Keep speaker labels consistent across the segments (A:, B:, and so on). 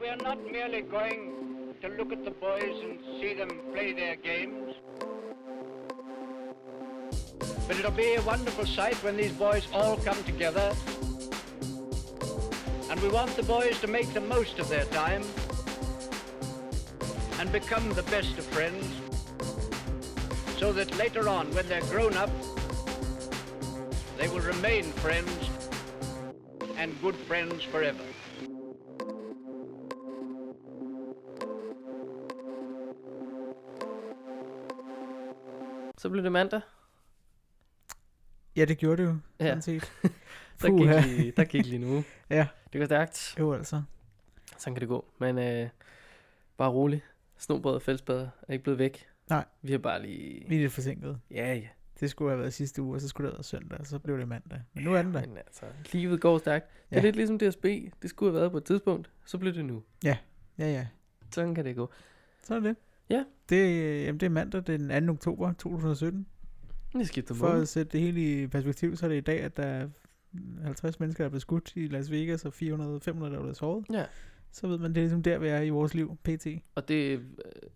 A: we're not merely going to look at the boys and see them play their games. But it'll be a wonderful sight when these boys all come together. And we want the boys to make the most of their time and become the best of friends so that later on, when they're grown up, they will remain friends and good friends forever.
B: Så blev det mandag.
C: Ja, det gjorde det jo.
B: Ja.
C: sådan set.
B: Der gik,
C: Puha.
B: lige, der gik lige nu.
C: Ja.
B: Det går stærkt.
C: Jo, altså.
B: Sådan kan det gå. Men øh, bare rolig. Snobrød og fællesbader er ikke blevet væk.
C: Nej.
B: Vi har bare lige...
C: Vi er lidt forsinket.
B: Ja, ja.
C: Det skulle have været sidste uge, og så skulle det have været søndag, og så blev det mandag. Men nu er den der.
B: Men altså, livet går stærkt. Det er
C: Ja.
B: lidt ligesom DSB. Det skulle have været på et tidspunkt. Så blev det nu.
C: Ja, ja.
B: Sådan kan det gå.
C: Så er det.
B: Ja.
C: Det, øh, jamen, det er mandag den 2. oktober 2017.
B: Det skifter
C: For
B: mål.
C: at sætte det hele i perspektiv, så er det i dag, at der er 50 mennesker, der er blevet skudt i Las Vegas, og 400-500, der er blevet såret.
B: Ja.
C: Så ved man, det er ligesom der, vi er i vores liv, pt.
B: Og det, øh,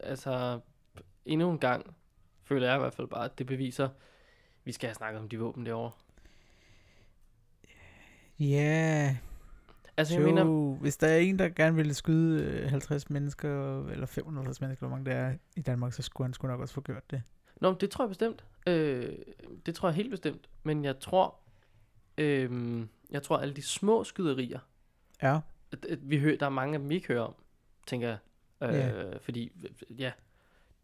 B: altså, endnu en gang, føler jeg i hvert fald bare, at det beviser, vi skal have snakket om de våben derovre.
C: Ja,
B: Altså,
C: yeah,
B: jeg mener,
C: jo. Hvis der er en, der gerne ville skyde øh, 50 mennesker, eller 550 mennesker, hvor mange der er i Danmark, så skulle han sgu nok også få gjort det.
B: Nå, men det tror jeg bestemt. Øh, det tror jeg helt bestemt. Men jeg tror, øh, jeg tror alle de små skyderier,
C: Ja,
B: at, at vi hører, der er mange af dem, vi ikke hører om, tænker jeg. Øh,
C: Ja.
B: Fordi, ja,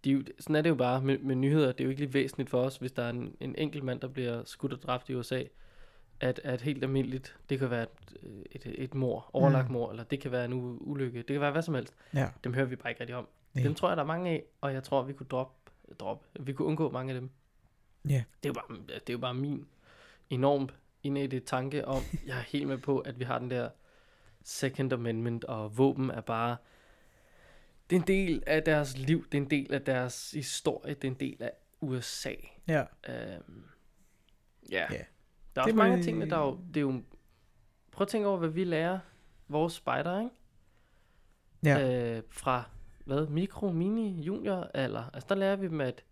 B: de, er jo- sådan er det jo bare med, med nyheder. Det er jo ikke lige væsentligt for os, hvis der er en, en enkelt mand, der bliver skudt og dræbt i USA, at, at helt almindeligt, det kan være et, et, et mor, overlagt
C: Mm.
B: mm. mor, eller det kan være en u- ulykke, det kan være hvad som helst.
C: ja.
B: Dem hører vi bare ikke rigtig om.
C: Nej.
B: Dem tror jeg, der er mange af, og jeg tror, vi kunne droppe, droppe. Vi kunne undgå mange af dem.
C: Ja.
B: Det er jo bare, det er jo bare min enormt indædte tanke om, jeg er helt med på, at vi har den der Second Amendment, og våben er bare, det er en del af deres liv, det er en del af deres historie, det er en del af USA.
C: Ja,
B: Øhm, ja.
C: Ja.
B: Der er
C: Det
B: også
C: må
B: mange
C: vi-
B: af tingene, der er jo, det er jo, prøv at tænke over, hvad vi lærer vores spejder, ikke?
C: ja.
B: øh, fra hvad, mikro, mini, junior alder. Altså der lærer vi dem, at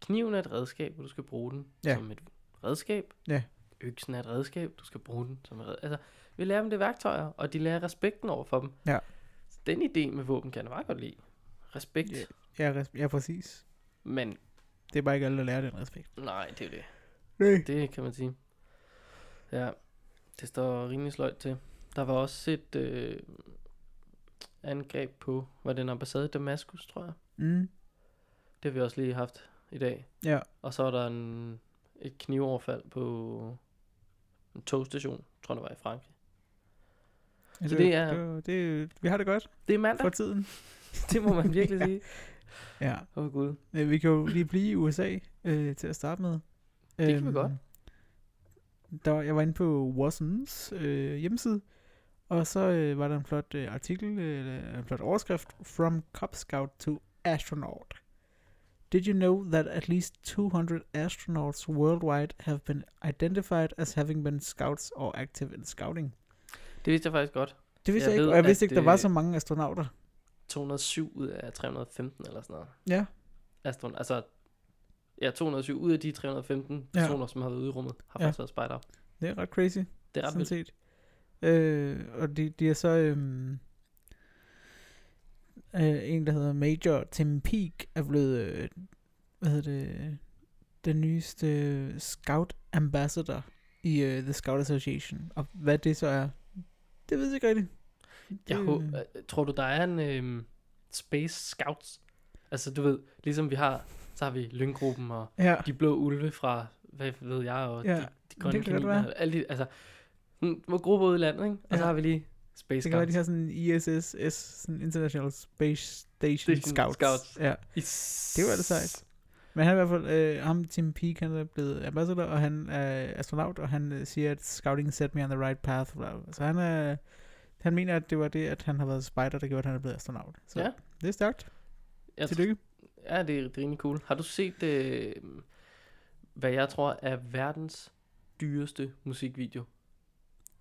B: kniven er et redskab, og du skal bruge den
C: Ja.
B: som et redskab.
C: Ja.
B: Øksen er et redskab, du skal bruge den som et redskab. Altså, vi lærer dem det værktøjer, og de lærer respekten over for dem.
C: Ja.
B: Så den idé med våben kan jeg meget godt lide. Respekt.
C: Ja. Ja, res- ja, præcis.
B: Men
C: Det er bare ikke alle, der lærer den respekt.
B: nej, det er jo det.
C: Nej.
B: Det kan man sige. Ja, det står rimelig sløjt til. Der var også et øh, angreb på, var det en ambassade i Damaskus, tror jeg.
C: Mm.
B: Det har vi også lige haft i dag.
C: Ja.
B: Og så er der en, et knivoverfald på en togstation, tror jeg det var i Frankrig. Så det er-
C: Det, var- det, vi har det godt
B: Det er
C: for
B: mandag,
C: tiden.
B: det må man virkelig sige.
C: Ja.
B: Åh oh, gud.
C: Men Øh, vi kan jo lige blive i USA øh, til at starte med.
B: Det kan vi
C: Øhm,
B: godt.
C: Der, jeg var inde på Watsons øh, hjemmeside, og så øh, var der en flot øh, artikel, øh, eller en flot overskrift, From Cub Scout to Astronaut. Did you know that at least 200 astronauts worldwide have been identified as having been scouts or active in scouting?
B: Det vidste jeg faktisk godt.
C: Det vidste
B: Jeg
C: jeg, jeg ikke,
B: ved,
C: og jeg vidste
B: at,
C: ikke, der var
B: øh,
C: så mange astronauter.
B: 207 ud af 315 eller sådan noget.
C: Ja.
B: Astron, altså, ja, 207 ud af de 315
C: Ja.
B: personer, som har været ude i rummet, har
C: Ja.
B: faktisk været spejder.
C: Det er ret crazy.
B: Det er ret
C: sådan
B: vildt.
C: set. Øh, og de, de er så øhm, øh, en, der hedder Major Tim Peake, er blevet, øh, hvad hedder det, den nyeste scout ambassador i øh, The Scout Association. Og hvad det så er, det ved jeg ikke Øh, rigtigt.
B: Jeg
C: Det-
B: håber, tror du, der er en øhm, Space Scouts? Altså, du ved, ligesom vi har, så har vi Lyngruppen og
C: Ja,
B: de blå ulve fra, hvad ved jeg, og
C: Ja,
B: ja, de, de grønne
C: det kan godt være.
B: kaniner. og Alle de, altså, sådan, hvor grupper ude i landet, ikke? Og så
C: Ja.
B: har vi lige Space
C: det kan være,
B: Scouts.
C: de har sådan ISS, sådan International Space Station
B: Station
C: Scouts.
B: Scouts.
C: Ja.
B: Is-
C: Det var det sejt. Men han er i hvert fald, øh, ham Tim Peake, han er blevet ambassador, og han er astronaut, og han øh, siger, at scouting set me on the right path. bla, bla. Så han er, han mener, at det var det, at han har været spider, der gjorde, at han er blevet astronaut. Så
B: Ja. Altså,
C: det er stærkt.
B: Jeg tr-
C: Tillykke.
B: ja, det er, det er rimelig cool. Har du set, øh, hvad jeg tror er verdens dyreste musikvideo?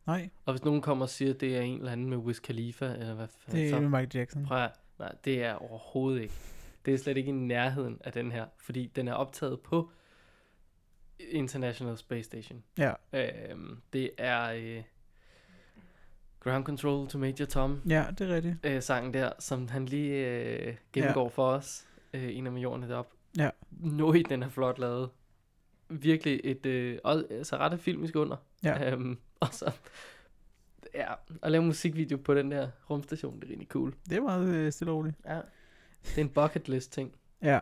C: Nej,
B: Og hvis nogen kommer og siger, at det er en eller anden med Wiz Khalifa, eller hvad fanden
C: det er
B: altså, så,
C: med Michael Jackson.
B: prøv at, nej, det er overhovedet ikke. Det er slet ikke i nærheden af den her, fordi den er optaget på International Space Station.
C: Ja,
B: Øhm, det er øh, Ground Control to Major Tom
C: ja det er rigtigt.
B: øh, sangen der, som han lige øh, gennemgår ja. for os. Øh, en af majorerne deroppe.
C: Ja.
B: Nå, i den er flot lavet. Virkelig et øh, og- altså ret filmisk under.
C: Ja.
B: Øhm, og så ja, at lave musikvideo på den der rumstation, det er rigtig cool.
C: Det er meget øh, stille og roligt.
B: Ja. Det er en bucket list ting.
C: Ja.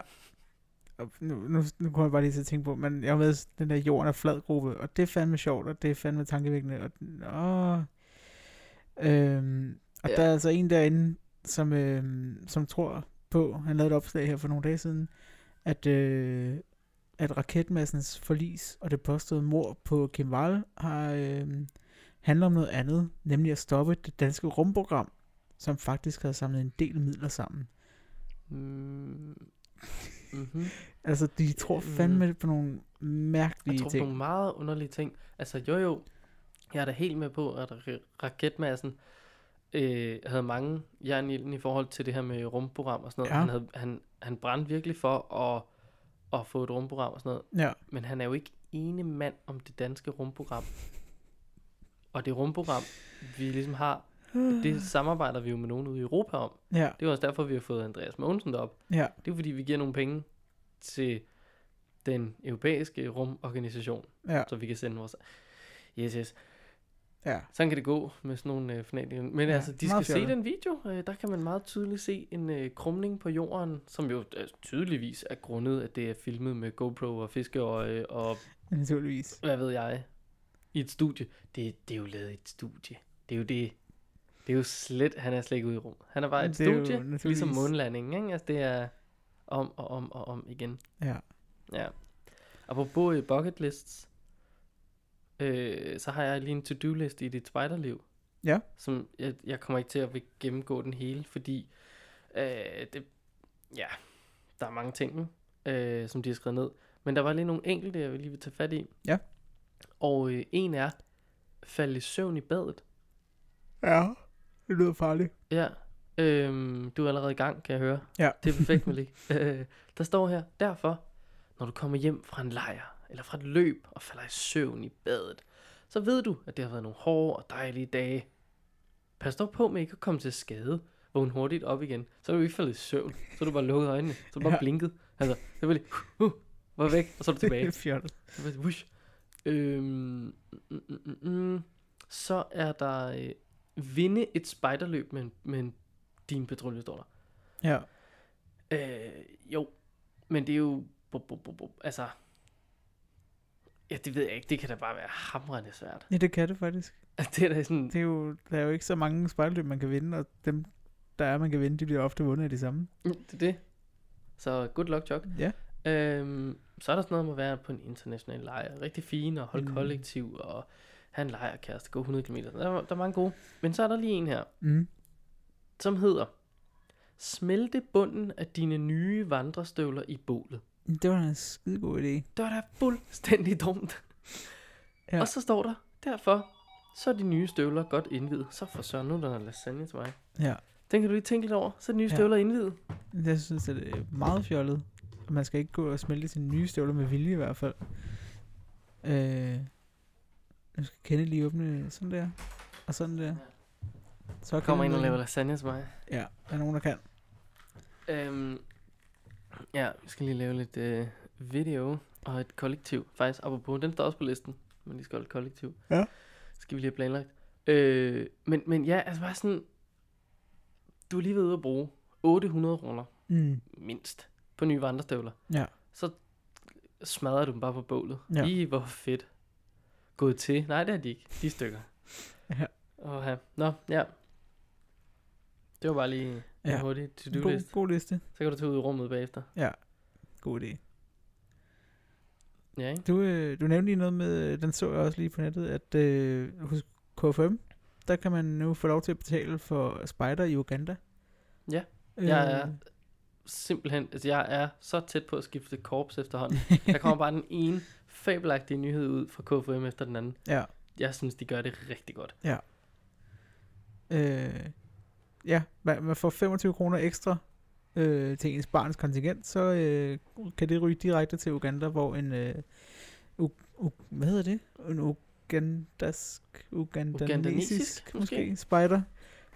C: Og Nu, nu, nu kommer jeg bare lige til at tænke på, men jeg var med i den der jorden er flad gruppe, og det er fandme sjovt, og det er fandme tankevækkende, og, og, øhm, og
B: Ja.
C: ja. der er altså en derinde, som, øhm, som tror på, han lavede et opslag her for nogle dage siden, at, øh, at raketmassens forlis og det påståede mor på Kim Wall har, øhm, handler om noget andet, nemlig at stoppe det danske rumprogram, som faktisk havde samlet en del midler sammen.
B: Mm. Mm-hmm.
C: Altså, de tror fandme på nogle
B: Øh,
C: mærkelige
B: Jeg tror på
C: ting.
B: nogle meget underlige ting. Altså jo jo, jeg er da helt med på, at ra- raketmassen øh, havde mange jern i ilden i forhold til det her med rumprogram og sådan noget.
C: Ja.
B: Han, havde, han, han brændte virkelig for at, at få et rumprogram og sådan noget.
C: Ja,
B: Men han er jo ikke ene mand om det danske rumprogram. Og det rumprogram, vi ligesom har, det samarbejder vi jo med nogen ude i Europa om.
C: ja,
B: Det er jo også derfor, vi har fået Andreas Mogensen op.
C: ja,
B: Det er jo fordi, vi giver nogle penge til den europæiske rumorganisation,
C: ja,
B: så vi kan sende vores... Yes, yes.
C: ja.
B: Sådan kan det gå med sådan nogle øh, fanatikere. Men ja,
C: Ja,
B: altså, de skal
C: meget
B: se
C: fjollet.
B: den video. Øh, der kan man meget tydeligt se en øh, krumning på jorden, som jo øh, tydeligvis er grundet, at det er filmet med GoPro og fiskeøje og
C: Naturligvis.
B: hvad ved jeg, i et studie. Det, det er jo lavet i et studie. Det er jo det. Det er jo slet, han er slet ikke ude i rummet. Han er bare i et
C: Det er jo
B: studie, ligesom
C: naturligvis.
B: månlandingen, ikke? Altså, det er om og om og om igen.
C: Ja.
B: Ja. Apropos øh, bucket lists, øh, så har jeg lige en to-do-list i dit spejderliv.
C: Ja.
B: Som jeg, jeg kommer ikke til at vil gennemgå den hele, fordi øh, det, ja, der er mange ting, øh, som de har skrevet ned. Men der var lige nogle enkelte, jeg lige vil tage fat i.
C: Ja.
B: Og øh, en er, falde i søvn i badet.
C: Ja, det lyder farligt.
B: Ja. Øhm, du er allerede i gang, kan jeg høre.
C: Ja.
B: Det er perfekt, Malik. øh, der står her, derfor, når du kommer hjem fra en lejr, eller fra et løb, og falder i søvn i badet, så ved du, at det har været nogle hårde og dejlige dage. Pas dog på med ikke at komme til skade. Vågn hurtigt op igen. Så er du ikke faldet i søvn. Så er du bare lukket øjnene. Så er du bare
C: Ja.
B: blinket. Altså, det var lige, uh, var væk, og så er du tilbage.
C: Fjollet.
B: Det var et Whoosh. Øhm, mm, mm, mm, mm. Så er der øh, vinde et spejderløb med, en- med en, din patrulje, står der.
C: Ja,
B: Øh, jo, men det er jo... Bu, bu, bu, bu, altså... Ja, det ved jeg ikke. Det kan da bare være hamrende svært.
C: ja, det kan det faktisk.
B: Det er da sådan...
C: Det er jo, der er jo ikke så mange spejlløb, man kan vinde, og dem, der er, man kan vinde, de bliver ofte vundet af de samme.
B: Mm, Det er det. Så good luck, Chuck.
C: Ja,
B: Øhm, så er der sådan noget med at være på en international lejr. Rigtig fin og holde mm.
C: Mm.
B: kollektiv og have en lejrkæreste, gå 100 km. Der, er- der er mange gode. Men så er der lige en her.
C: mm.
B: som hedder Smelte bunden af dine nye vandrestøvler i bålet.
C: det var da en skide god idé.
B: Det var da fuldstændig dumt. Ja.
C: Ja.
B: Og så står der, derfor, så er de nye støvler godt indvidet. Så for søren, nu er der noget lasagne til mig.
C: Ja,
B: Den kan du lige tænke lidt over. Så er de nye
C: Ja.
B: støvler indvidet.
C: jeg synes, at det er meget fjollet. Og man skal ikke gå og smelte sine nye støvler med vilje i hvert fald. Øh, nu skal Kenneth lige åbne sådan der, og sådan der. Så er
B: Der kommer
C: Kenneth
B: ind og
C: med.
B: laver lasagne til mig.
C: Ja, der er nogen, der kan.
B: Øhm, ja, vi skal lige lave lidt øh, video og et kollektiv. Faktisk, apropos, den står også på listen, men de skal holde et kollektiv.
C: Ja.
B: Skal vi lige have planlagt. Øh, men, men ja, altså bare sådan, du er lige ved at bruge 800 kroner,
C: Mm.
B: mindst, på nye vandrestøvler.
C: Ja.
B: Så smadrer du dem bare på bålet.
C: Ja.
B: I, hvor fedt. Gået til. Nej, det er de ikke. De er stykker.
C: Ja.
B: Og ja. Nå, ja. Det var bare lige en
C: Ja.
B: hurtig to-do
C: God,
B: list.
C: god liste.
B: Så kan du tage ud i rummet bagefter.
C: God idé.
B: Ja, ikke?
C: Du, øh, du nævnte lige noget med, øh, den så jeg også lige på nettet, at øh, hos KFM, der kan man nu få lov til at betale for spider i Uganda.
B: Ja.
C: Øh,
B: Jeg er- Simpelthen, altså jeg er så tæt på at skifte korps efterhånden. Der kommer bare den ene fabelagtige nyhed ud fra KFM efter den anden.
C: Ja,
B: jeg synes, de gør det rigtig godt.
C: Øh, ja, man, man får 25 kroner ekstra øh, til ens barns kontingent, så øh, kan det ryge direkte til Uganda, hvor en... Øh, u, u, hvad hedder det? En ugandask, ugandanesisk,
B: Ugandanesisk,
C: ugandanesisk måske,
B: måske.
C: måske, spider,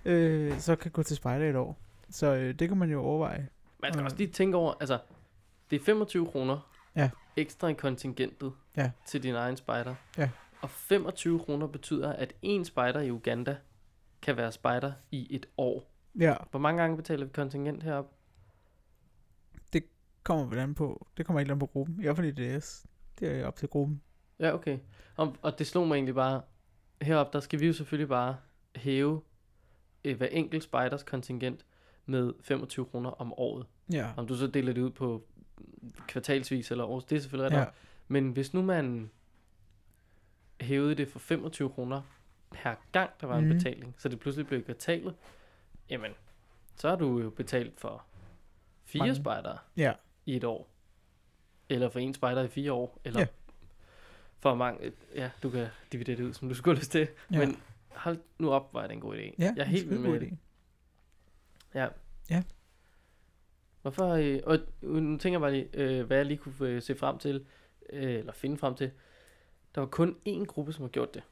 C: øh, så kan gå til spider et år. Så øh, det kan man jo overveje.
B: Man skal
C: Mm.
B: også lige tænke over, altså, det er 25 kroner
C: Ja.
B: ekstra i kontingentet
C: Ja.
B: til din egen spejder.
C: Ja.
B: Og 25 kroner betyder, at en spejder i Uganda kan være spejder i et år.
C: Ja,
B: Hvor mange gange betaler vi kontingent heroppe?
C: kommer vel an på, det kommer ikke an på gruppen, i hvert fald i DS. Det er op til gruppen.
B: Ja, okay. Og, og det slog mig egentlig bare, heroppe, der skal vi jo selvfølgelig bare hæve øh, hver enkelt spejders kontingent med 25 kroner om året.
C: Ja,
B: Om du så deler det ud på kvartalsvis eller års, det er selvfølgelig ret
C: ja,
B: ja. Men hvis nu man hævede det for 25 kroner per gang, der var en
C: Mhm.
B: betaling, så det pludselig blev kvartalet, jamen, så har du jo betalt for fire
C: Mange.
B: spejdere
C: ja,
B: i et år. Eller for en spejder i fire år. Eller
C: Ja.
B: for mange... Ja, du kan dividere det ud, som du skulle have lyst til.
C: ja.
B: Men hold nu op, var det en god idé.
C: ja
B: jeg er helt
C: skide
B: vild med
C: god
B: det.
C: idé.
B: Hvorfor, øh, og nu tænker jeg bare lige, øh, hvad jeg lige kunne øh, se frem til, øh, eller finde frem til. Der var kun én gruppe, som har gjort det.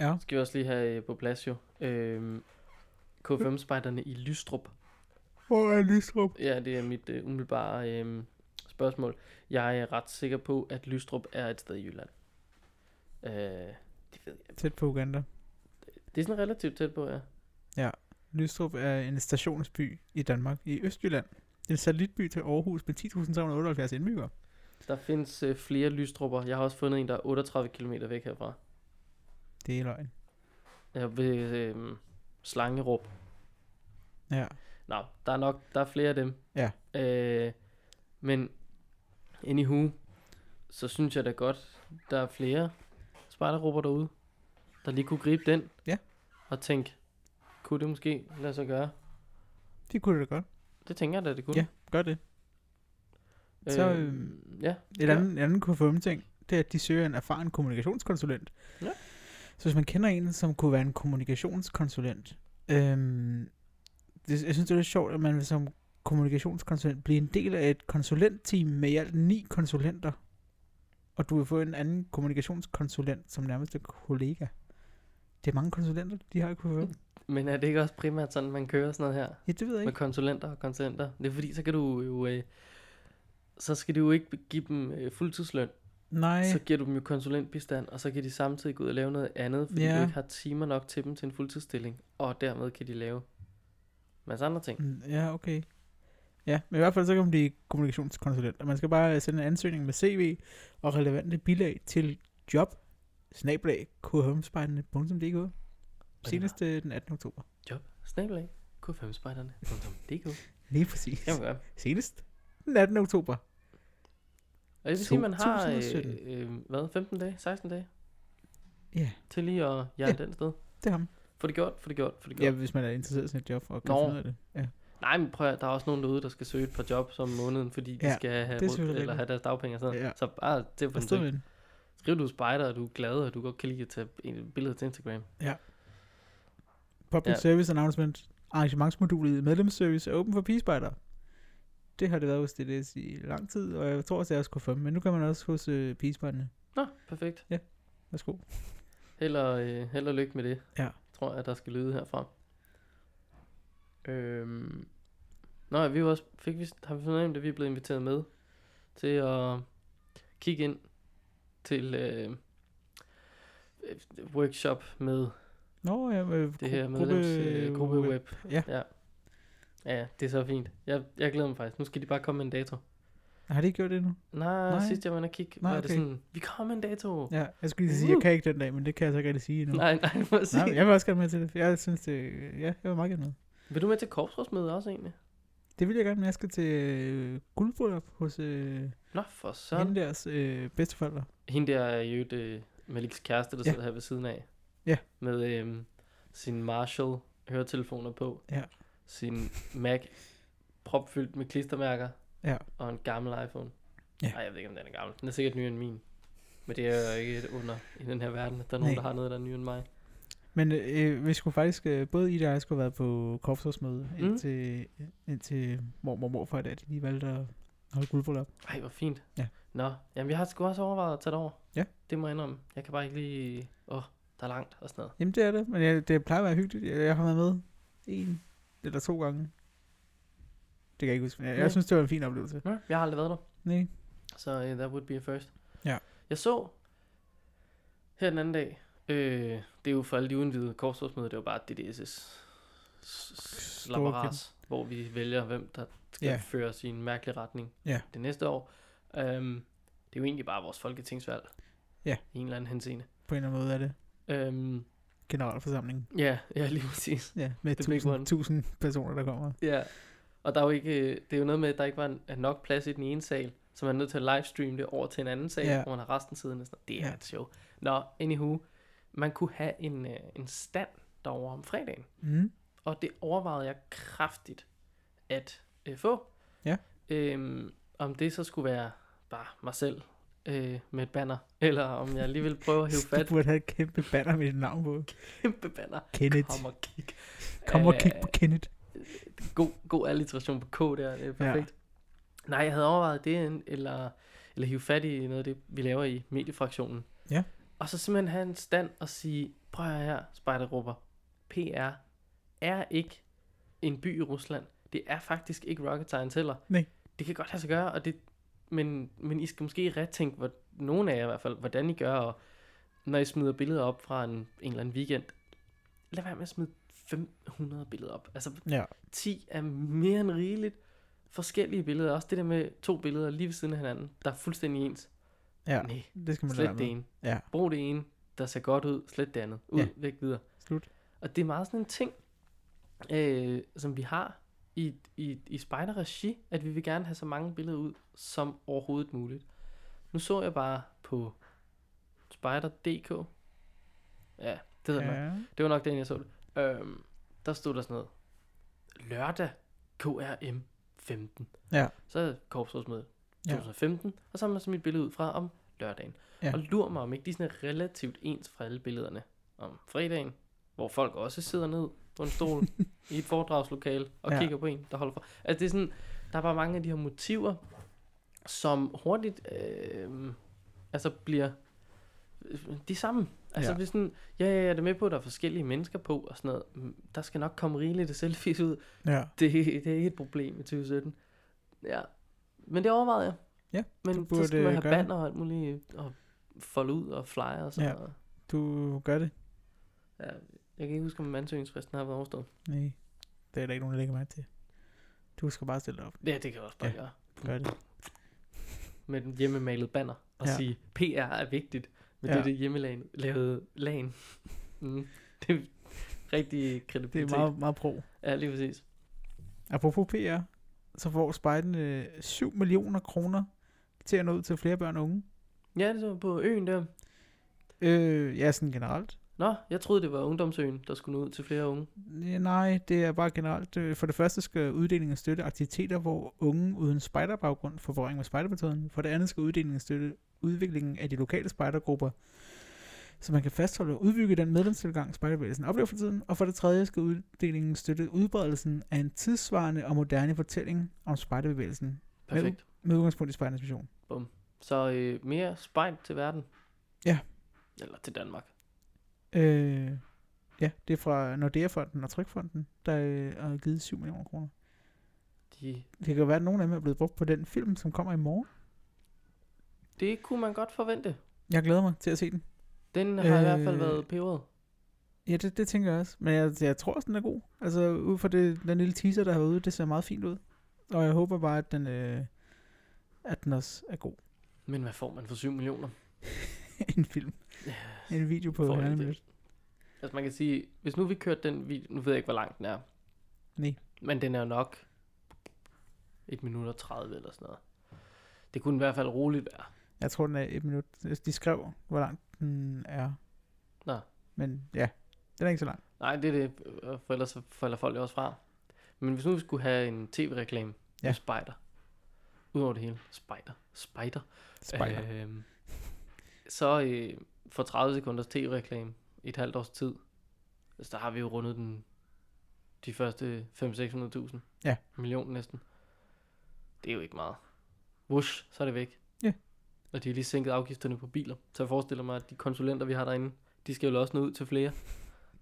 C: Ja.
B: Skal vi også lige have øh, på plads jo. Øh, K5-spejderne i Lystrup.
C: Hvor er Lystrup?
B: Ja, det er mit øh, umiddelbare øh, spørgsmål. Jeg er ret sikker på, at Lystrup er et sted i Jylland. Øh, det ved jeg.
C: Tæt på Uganda.
B: Det er sådan relativt tæt på, ja.
C: Lystrup er en stationsby i Danmark, i Østjylland. En satellitby til Aarhus med 10.378 indbyggere.
B: Der findes øh, flere lystrupper. Jeg har også fundet en, der er 38 km væk herfra.
C: Det er løgn.
B: Ja, ved øh, Slangerup.
C: Ja.
B: Nå, der er nok der er flere af dem.
C: Ja.
B: Øh, men anywho, så synes jeg da godt, der er flere spejdergrupper derude, der lige kunne gribe den.
C: Ja.
B: Og tænke, kunne det måske lade sig gøre?
C: Det kunne det da godt.
B: Det tænker jeg da, det kunne.
C: Ja, gør det. så,
B: Øhm, ja,
C: Et
B: Ja.
C: andet, en anden KFM-ting, det er, at de søger en erfaren kommunikationskonsulent.
B: Ja.
C: Så hvis man kender en, som kunne være en kommunikationskonsulent, øhm, det, jeg synes, det er lidt sjovt, at man vil som kommunikationskonsulent blive en del af et konsulentteam med i alt ni konsulenter, og du vil få en anden kommunikationskonsulent som nærmeste kollega. Det er mange konsulenter, de har i
B: Mm.
C: KFM.
B: men er det ikke også primært sådan, man kører sådan noget her?
C: Ja, det ved jeg
B: Med
C: ikke.
B: konsulenter og konsulenter. Det er fordi, så kan du jo... Øh, så skal du jo ikke give dem øh, fuldtidsløn.
C: Nej,
B: Så giver du dem jo konsulentbistand, og så kan de samtidig gå ud og lave noget andet, fordi
C: Ja.
B: du ikke har timer nok til dem til en fuldtidsstilling. Og dermed kan de lave en masse andre ting.
C: Mm, Ja, okay. Ja, men i hvert fald så kan man blive kommunikationskonsulent, og man skal bare sende en ansøgning med CV og relevante bilag til job snablag khmspejlene.dk senest øh, den 18. oktober.
B: Job. Snabelag. K5spejderne.dk
C: Lige præcis.
B: Det kan man gøre.
C: Senest den 18. oktober.
B: Og det vil sige, man har øh,
C: 2017.
B: øh, hvad, 15 dage, 16 dage
C: Ja,
B: til lige at jerne den sted.
C: det er ham.
B: Få det gjort, få det gjort, få det gjort.
C: Ja, hvis man er interesseret i sådan et job og kan
B: Nå.
C: finde ud af det. Ja.
B: Nej, men prøv at, høre, der er også nogen derude, der skal søge et par jobs om måneden, fordi de
C: Ja,
B: skal have,
C: det
B: råd,
C: er selvfølgelig
B: eller
C: rigtigt.
B: have deres dagpenge og sådan noget.
C: Ja.
B: Så bare til at få
C: Hvad
B: en
C: stod med
B: ting.
C: den?
B: Skriv du er spejder, og du er glad, og du godt kan lide at tage en billede til Instagram.
C: Public
B: Ja.
C: ja. Service Announcement. Arrangementsmodulet i medlemsservice er åben for pigespejder. Det har det været hos DDS i lang tid, og jeg tror også, jeg også kunne få men nu kan man også hos øh, pigespejerne.
B: Nå, perfekt.
C: Værsgo.
B: Held og, øh, held og lykke med det.
C: Ja.
B: Tror jeg, der skal lyde herfra. Øhm. Nå, ja, vi er jo også, fik vi, har vi fornemt, at vi er blevet inviteret med til at kigge ind til øh, øh, workshop med
C: Nå, ja, med
B: det her medlems øh, gruppe web.
C: ja.
B: ja. Ja, det er så fint. Jeg, jeg glæder mig faktisk. Nu skal de bare komme med en dato.
C: Har de ikke gjort det endnu?
B: Nej, Nej.
C: Nej.
B: sidst jeg var inde og kigge,
C: Nej,
B: var det
C: okay.
B: sådan, vi kommer med en dato.
C: Ja, jeg skulle lige sige, jeg
B: Uh.
C: kan ikke den dag, men det kan jeg så ikke rigtig sige endnu.
B: Nej, nej, præcis.
C: Nej, men jeg vil også gerne med til det, for jeg synes det, ja, jeg vil meget gerne med.
B: Vil du med til korpsrådsmødet også egentlig?
C: Det vil jeg gerne, men jeg skal til øh, guldbryllup hos øh,
B: Nå, for søren.
C: hende deres øh, bedsteforældre.
B: Hende der er jo det Maliks kæreste, der ja.
C: Ja.
B: sidder her ved siden af.
C: Ja.
B: Med øhm, sin Marshall høretelefoner på.
C: Ja.
B: Sin Mac propfyldt med klistermærker.
C: Ja.
B: Og en gammel iPhone.
C: Ja.
B: Nej, jeg ved ikke, om den er gammel. Den er sikkert nyere end min. Men det er jo ikke et under i den her verden, at der er nogen,
C: Nej.
B: der har noget, der er nyere end mig.
C: Men øh, vi skulle faktisk, øh, både Ida og jeg skulle have været på korpsårsmøde,
B: Mm.
C: mm. indtil, indtil mormor og morfar, da de lige valgte at holde guldbryllup.
B: Ej, hvor fint.
C: Ja.
B: Nå, jamen jeg har sgu også overvejet at tage det over.
C: Ja.
B: Det må jeg indrømme. Jeg kan bare ikke lige... Åh, oh, der er langt og sådan noget.
C: Jamen det er det, men jeg, det plejer at være hyggeligt. Jeg, jeg har været med en eller to gange. Det kan jeg ikke huske, men jeg,
B: Nej.
C: jeg synes, det var en fin oplevelse.
B: Nå, jeg har aldrig været der.
C: Nej.
B: Så uh, that would be a first.
C: Ja.
B: Jeg så her den anden dag, øh, det er jo for alle de udenvidede korsrådsmøder, det var bare DDS' slapperas, hvor vi vælger, hvem der skal
C: Ja.
B: yeah. føre os i en mærkelig retning
C: Ja.
B: det næste år. Um, det er jo egentlig bare vores folketingsvalg.
C: Ja.
B: I en eller anden henseende.
C: På en eller anden måde er det
B: Um,
C: generalforsamlingen.
B: ja, ja, lige præcis.
C: Ja, med
B: The big one.
C: tusind, tusind personer, der kommer.
B: Ja. Og der er jo ikke, øh, det er jo noget med, at der ikke var en- er nok plads i den ene sal, så man er nødt til at livestreame det over til en anden sal,
C: Ja.
B: hvor man har resten siden. Det er
C: Ja.
B: et show. Nå, anywho, man kunne have en, øh, en stand derovre om fredagen,
C: Mm.
B: og det overvejede jeg kraftigt at øh, få.
C: Ja.
B: Øhm, om det så skulle være bare mig selv øh, med et banner, eller om jeg alligevel prøver at hive
C: Du
B: fat i
C: burde have et kæmpe banner med dit navn på.
B: kæmpe banner.
C: Kenneth.
B: Kom og kig.
C: Kom og
B: Øh,
C: kig på Kenneth.
B: god, god alliteration på K der, det er perfekt. Ja. Nej, jeg havde overvejet det, en- eller, eller hive fat i noget af det, vi laver i mediefraktionen.
C: Ja.
B: Og så simpelthen have en stand og sige, prøv at høre her, spejdergrupper, PR er ikke en by i Rusland. Det er faktisk ikke rocket science heller.
C: Nej.
B: Det kan godt lade sig gøre, og det, men, men I skal måske retænke, hvor, nogen af jer i hvert fald, hvordan I gør, og når I smider billeder op fra en, en eller anden weekend, lad være med at smide 500 billeder op. Altså,
C: Ja.
B: 10 er mere end rigeligt. Forskellige billeder, også det der med to billeder lige ved siden af hinanden, der er fuldstændig ens.
C: ja,
B: Nej,
C: det skal man lade være
B: slet det
C: med.
B: ene.
C: Ja.
B: Brug det ene, der ser godt ud, slet det andet. Ud,
C: Ja.
B: væk videre.
C: Slut.
B: Og det er meget sådan en ting, øh, som vi har i, i, i spejderregi, at vi vil gerne have så mange billeder ud, som overhovedet muligt. Nu så jeg bare på spejder.dk. Ja, det hedder ja.
C: Ja.
B: Det var nok den, jeg så det. Øhm, der stod der sådan noget. Lørdag KRM 15.
C: Ja.
B: Så er korpsrådsmødet
C: Ja.
B: 2015, ja. og så har man så mit billede ud fra om lørdagen.
C: Ja.
B: Og lurer mig, om ikke de sådan er relativt ens fra alle billederne om fredagen, hvor folk også sidder ned på en stol i et foredragslokale og ja.
C: Ja.
B: kigger på en, der holder for. Altså det er sådan, der er bare mange af de her motiver, som hurtigt øh, altså bliver øh, de samme. Altså
C: Ja.
B: ja. hvis sådan, ja, ja, jeg er da med på, at der er forskellige mennesker på og sådan noget. Mm, Der skal nok komme rigeligt af selfies ud.
C: ja.
B: Det, det er ikke et problem i 2017. Ja, men det overvejede jeg.
C: Ja,
B: men
C: du
B: så skal man
C: burde,
B: have
C: øh, gøre det.
B: banner og alt muligt, øh, og folde ud og flyer og sådan
C: Ja.
B: ja. noget.
C: Du gør det.
B: Ja, jeg kan ikke huske, om ansøgningsfristen har været overstået.
C: Nej. Det er der ikke nogen, der lægger mærke til. Du skal bare stille op.
B: Ja, det kan jeg også bare
C: Ja.
B: ja. gøre.
C: Gør det.
B: Med den hjemmemalede banner og
C: Ja.
B: ja. sige, PR er vigtigt med
C: Ja.
B: ja. det, det hjemmelavede lagen. Mm. Det er rigtig
C: Det
B: kredibilitet.
C: er meget, meget pro.
B: Ja, lige præcis.
C: Apropos PR, så får Spejden øh, 7 millioner kroner til at nå ud til flere børn og unge.
B: Ja, det var på øen der.
C: Øh, ja, sådan generelt.
B: Nå, jeg troede, det var ungdomsøen, der skulle nå ud til flere unge.
C: Øh, Nej, det er bare generelt. Øh, For det første skal uddelingen støtte aktiviteter, hvor unge uden spejderbaggrund får berøring med spejdermetoden. For det andet skal uddelingen støtte udviklingen af de lokale spejdergrupper, så man kan fastholde og udbygge den medlemstilgang, spejderbevægelsen oplever for tiden. Og for det tredje skal uddelingen støtte udbredelsen af en tidsvarende og moderne fortælling om spejderbevægelsen
B: Perfekt.
C: med udgangspunkt i spejdernes mission.
B: Så øh, mere spejl til verden.
C: Ja.
B: Eller til Danmark.
C: Øh, ja, det er fra Nordea-fonden og Trykfonden, der øh, har givet 7 millioner kroner.
B: De,
C: Det kan jo være, at nogle af dem er blevet brugt på den film, som kommer i morgen.
B: det kunne man godt forvente.
C: Jeg glæder mig til at se den.
B: Den har øh... i hvert fald
C: Øh.
B: været peberet.
C: Ja, det, det tænker jeg også. Men jeg, jeg tror også, den er god. Altså, ud fra det, den lille teaser, der har været ude, det ser meget fint ud. Og jeg håber bare, at den, øh, at den også er god.
B: Men hvad får man for 7 millioner?
C: en film. En video på
B: Får
C: en
B: jeg det?
C: minut.
B: Altså man kan sige, hvis nu vi kørte den video, nu ved jeg ikke, hvor lang den er.
C: Nej.
B: Men den er jo nok 1 minut og 30 eller sådan noget. Det kunne i hvert fald roligt være.
C: Jeg tror, den er et minut. De skrev, hvor lang den er.
B: Nå.
C: Men ja, den er ikke så lang.
B: Nej, det er det, øh, for ellers så falder folk jo også fra. Men hvis nu vi skulle have en tv-reklame
C: Ja.
B: ja. med spider, udover det hele, spider, spider,
C: Spider.
B: Øhm, så øh, for 30 sekunders tv-reklame i et halvt års tid, altså der har vi jo rundet den, de første 5-600.000.
C: Ja.
B: Million næsten. Det er jo ikke meget. Wush, så er det væk.
C: Ja.
B: Og de har lige sænket afgifterne på biler. Så jeg forestiller mig, at de konsulenter, vi har derinde, de skal jo også nå ud til flere.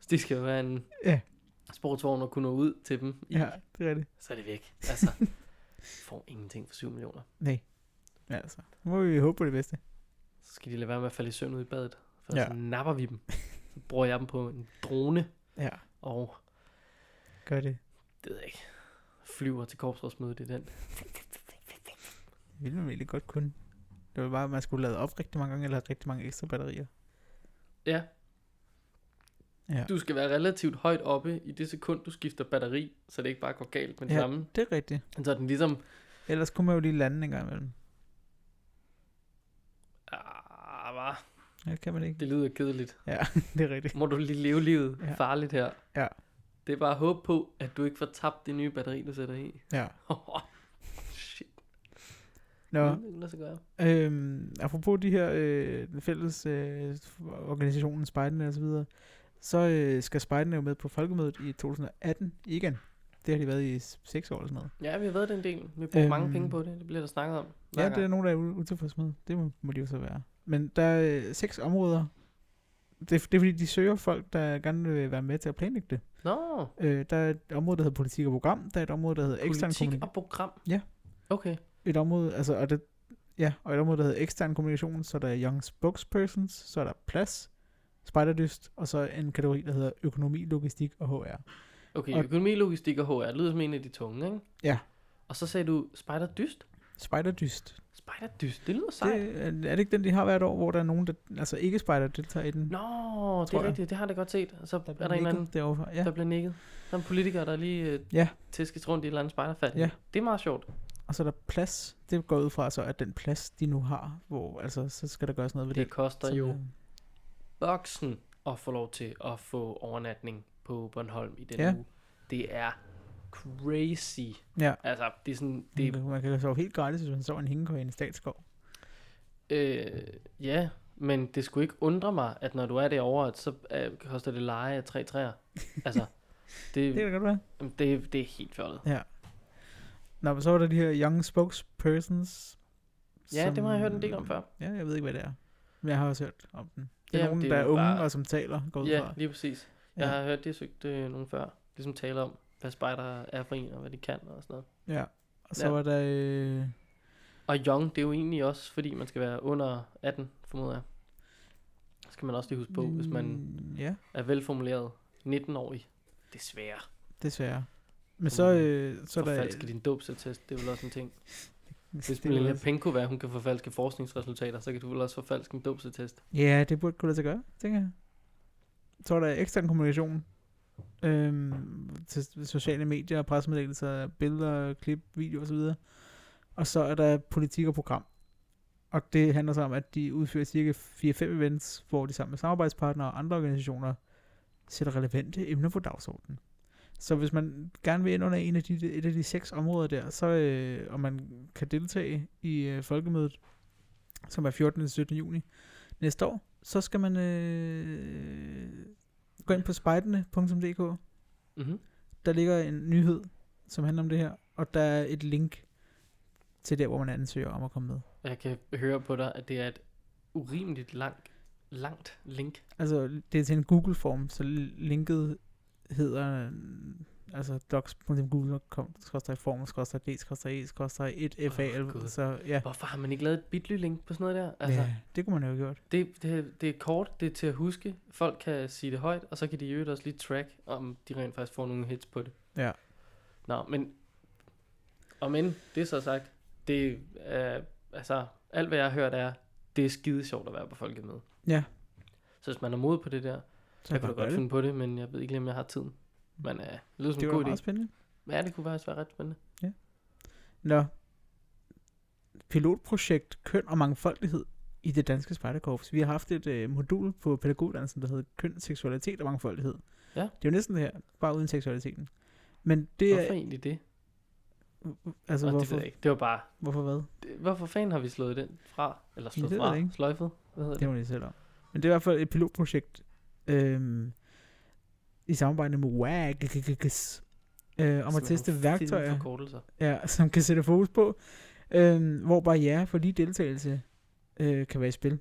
B: Så de skal jo være en
C: Ja.
B: sportsvogn og kunne nå ud til dem. i.
C: Ja, det er det.
B: Så er det væk. Altså, får ingenting for 7 millioner.
C: Nej. Ja, altså. Nu må vi håbe på det bedste.
B: Så skal de lade være med at falde i søvn ud i badet. For
C: Ja.
B: ja. så napper vi dem. Så bruger jeg dem på en drone.
C: Ja,
B: Og
C: gør det.
B: det ved jeg ikke. Flyver til korpsrådsmødet i den.
C: Det ville man egentlig godt kunne. Det var bare, at man skulle lade op rigtig mange gange, eller have rigtig mange ekstra batterier.
B: Ja.
C: Ja.
B: Du skal være relativt højt oppe i det sekund, du skifter batteri, så det ikke bare går galt med det
C: Ja.
B: ja. samme.
C: Det er rigtigt.
B: Så er den ligesom...
C: Ellers kunne man jo lige lande en gang imellem.
B: Ah, hva?
C: Ja, det kan man ikke.
B: det lyder kedeligt.
C: Det er rigtigt.
B: Må du lige leve livet
C: Ja.
B: ja. farligt her.
C: Ja.
B: Det er bare at håbe på, at du ikke får tabt det nye batteri, du sætter i.
C: Ja.
B: Shit.
C: Nå,
B: Det kunne lade sig gøre.
C: Øhm, apropos de her øh, den fælles øh, organisationen Spejderne og så videre, så øh, skal Spejderne jo med på folkemødet i 2018 igen. Det har de været i 6 år eller sådan noget.
B: Ja, vi har været den del. Vi bruger øhm,
C: Øhm,
B: mange penge på det. Det bliver der snakket om. hver
C: Ja, det er
B: gang.
C: nogen, der er u- utilfredse med. Det må, må de jo så være. Men der er øh, seks områder. Det, er- det er fordi, de søger folk, der gerne vil være med til at planlægge det.
B: Nå,
C: Øh, der er et område, der hedder politik og program. Der er et område, der hedder ekstern
B: politik
C: kommunikation.
B: og program.
C: Ja.
B: Okay.
C: Et område, altså, og det, ja, og et område, der hedder ekstern kommunikation. Så er der young spokespersons. Så er der plads, spejderdyst, og så en kategori, der hedder økonomi, logistik og HR.
B: Okay,
C: Og-
B: og... økonomi, logistik og HR det lyder som en af de tunge, ikke?
C: Ja.
B: Og så sagde du spejderdyst.
C: Spejderdyst.
B: Spejderdyst, det lyder sejt. Det...
C: Det, er, er det ikke den, de har hvert år, hvor der er nogen, der altså ikke spejder, deltager i den?
B: Nå, det
C: Tror
B: er
C: jeg.
B: rigtigt, det har jeg da godt set. Og så er der en
C: nikket
B: eller anden,
C: derovre. Ja.
B: der bliver nikket. Der er en politiker, der lige øh,
C: Ja.
B: tæskes rundt i et eller andet spejderfat.
C: Ja.
B: Det er meget sjovt.
C: Og så er der plads. Det går ud fra så, at den plads, de nu har, hvor altså, så skal der gøres noget ved
B: Det
C: det.
B: koster
C: Som,
B: jo
C: øh,
B: boksen at få lov til at få overnatning på Bornholm i den
C: Ja.
B: ja. uge. Det er crazy.
C: øh, Ja,
B: Altså, det er sådan, det
C: det, man, kan, man kan sove helt gratis, hvis man sover i en hængekøj i en statsskov.
B: Øh, ja, men det skulle ikke undre mig, at når du er derovre, at så øh, koster det leje af tre træer. Altså, det,
C: Det kan
B: det,
C: da godt være.
B: det, det er helt fjollet.
C: Nå, men så var der de her young spokespersons.
B: Ja, det har jeg hørt en del om før.
C: Ja, jeg ved ikke, hvad det er. Men jeg har også hørt om den. Det er
B: Ja,
C: nogen,
B: det er
C: der er
B: jo
C: unge
B: bare-
C: og som taler, går ud
B: Ja,
C: fra.
B: lige præcis. Jeg
C: Ja.
B: har hørt, de har søgt øh, nogen før, ligesom taler om, hvad spejder er for en, og hvad de kan, og sådan noget.
C: Ja. Og så
B: Ja.
C: var der... Øh,
B: Og young, det er jo egentlig også, fordi man skal være under 18, formoder jeg. Det Skal man også lige huske på, hvis man
C: mm, Ja,
B: er velformuleret 19-årig. Desværre.
C: desværre. Men så, øh, så
B: Så
C: er der...
B: forfalske din dåbsattest, det er vel også en ting. Hvis
C: det er jo
B: Melania
C: også-
B: Penge være, hun kan forfalske forskningsresultater, så kan du vel også forfalske en dopsetest.
C: Ja, det burde kunne lade sig gøre, tænker jeg. Så er der ekstern kommunikation. Øhm, til sociale medier, pressemeddelelser, billeder, klip, video osv. Og så er der politik og program. Og det handler så om, at de udfører cirka 4-5 events, hvor de sammen med samarbejdspartnere og andre organisationer sætter relevante emner på dagsordenen. Så hvis man gerne vil ind under en af de, et af de seks områder der, så, øh, og man kan deltage i øh, folkemødet, som er 14. og 17. juni, næste år, så skal man øh, gå ind på spejdene.dk.
B: Mm-hmm.
C: Der ligger en nyhed, som handler om det her, og der er et link til der, hvor man ansøger om at komme med.
B: Jeg kan høre på dig, at det er et urimeligt langt, langt link.
C: Altså, det er til en Google-form, så linket hedder øh, altså docs.google.com form, skrøster d, skrøster e, skrøster 1
B: Åh,
C: fa,
B: Gud.
C: så ja.
B: Hvorfor har man ikke lavet et bitly-link på sådan noget der? Altså,
C: Altså, ja, det kunne man jo have gjort.
B: det, det, det er kort, det er til at huske. Folk kan sige det højt, og så kan de i øvrigt også lige track, om de rent faktisk får nogle hits på det.
C: Ja.
B: Nå, men... Og men, det er så sagt, det er... altså, alt hvad jeg har hørt er, det er skide sjovt at være på folkemøde.
C: Ja.
B: Så hvis man er mod på det der,
C: Så
B: Jeg kunne da
C: gøre
B: godt
C: det.
B: finde på det, men jeg ved ikke lige, om jeg har tiden. Men øh, det lyder som
C: Det
B: en
C: var
B: god
C: da meget
B: idé.
C: spændende.
B: Ja, det kunne faktisk være ret spændende.
C: Nå. Pilotprojekt Køn og mangfoldighed i det danske spejderkorps. Vi har haft et øh, modul på pædagoguddannelsen, der hedder Køn, seksualitet og mangfoldighed.
B: Ja.
C: Det er jo næsten det her, bare uden seksualiteten. Men det
B: Hvorfor
C: er...
B: egentlig det?
C: Altså,
B: Nå, det
C: hvorfor,
B: ved jeg ikke. Det var bare...
C: hvorfor hvad?
B: Det, hvorfor fanden har vi slået den fra? Eller slået
C: Det ved jeg
B: fra?
C: ikke.
B: Sløjfet? Hvad hedder
C: Det
B: det?
C: må de selv om. Men det er i hvert fald et pilotprojekt øhm, i samarbejde med WAGS øh, om at teste værktøjer,
B: Forkortelser.
C: ja, som kan sætte fokus på, øhm, hvor barriere for lige deltagelse øh, kan være i spil.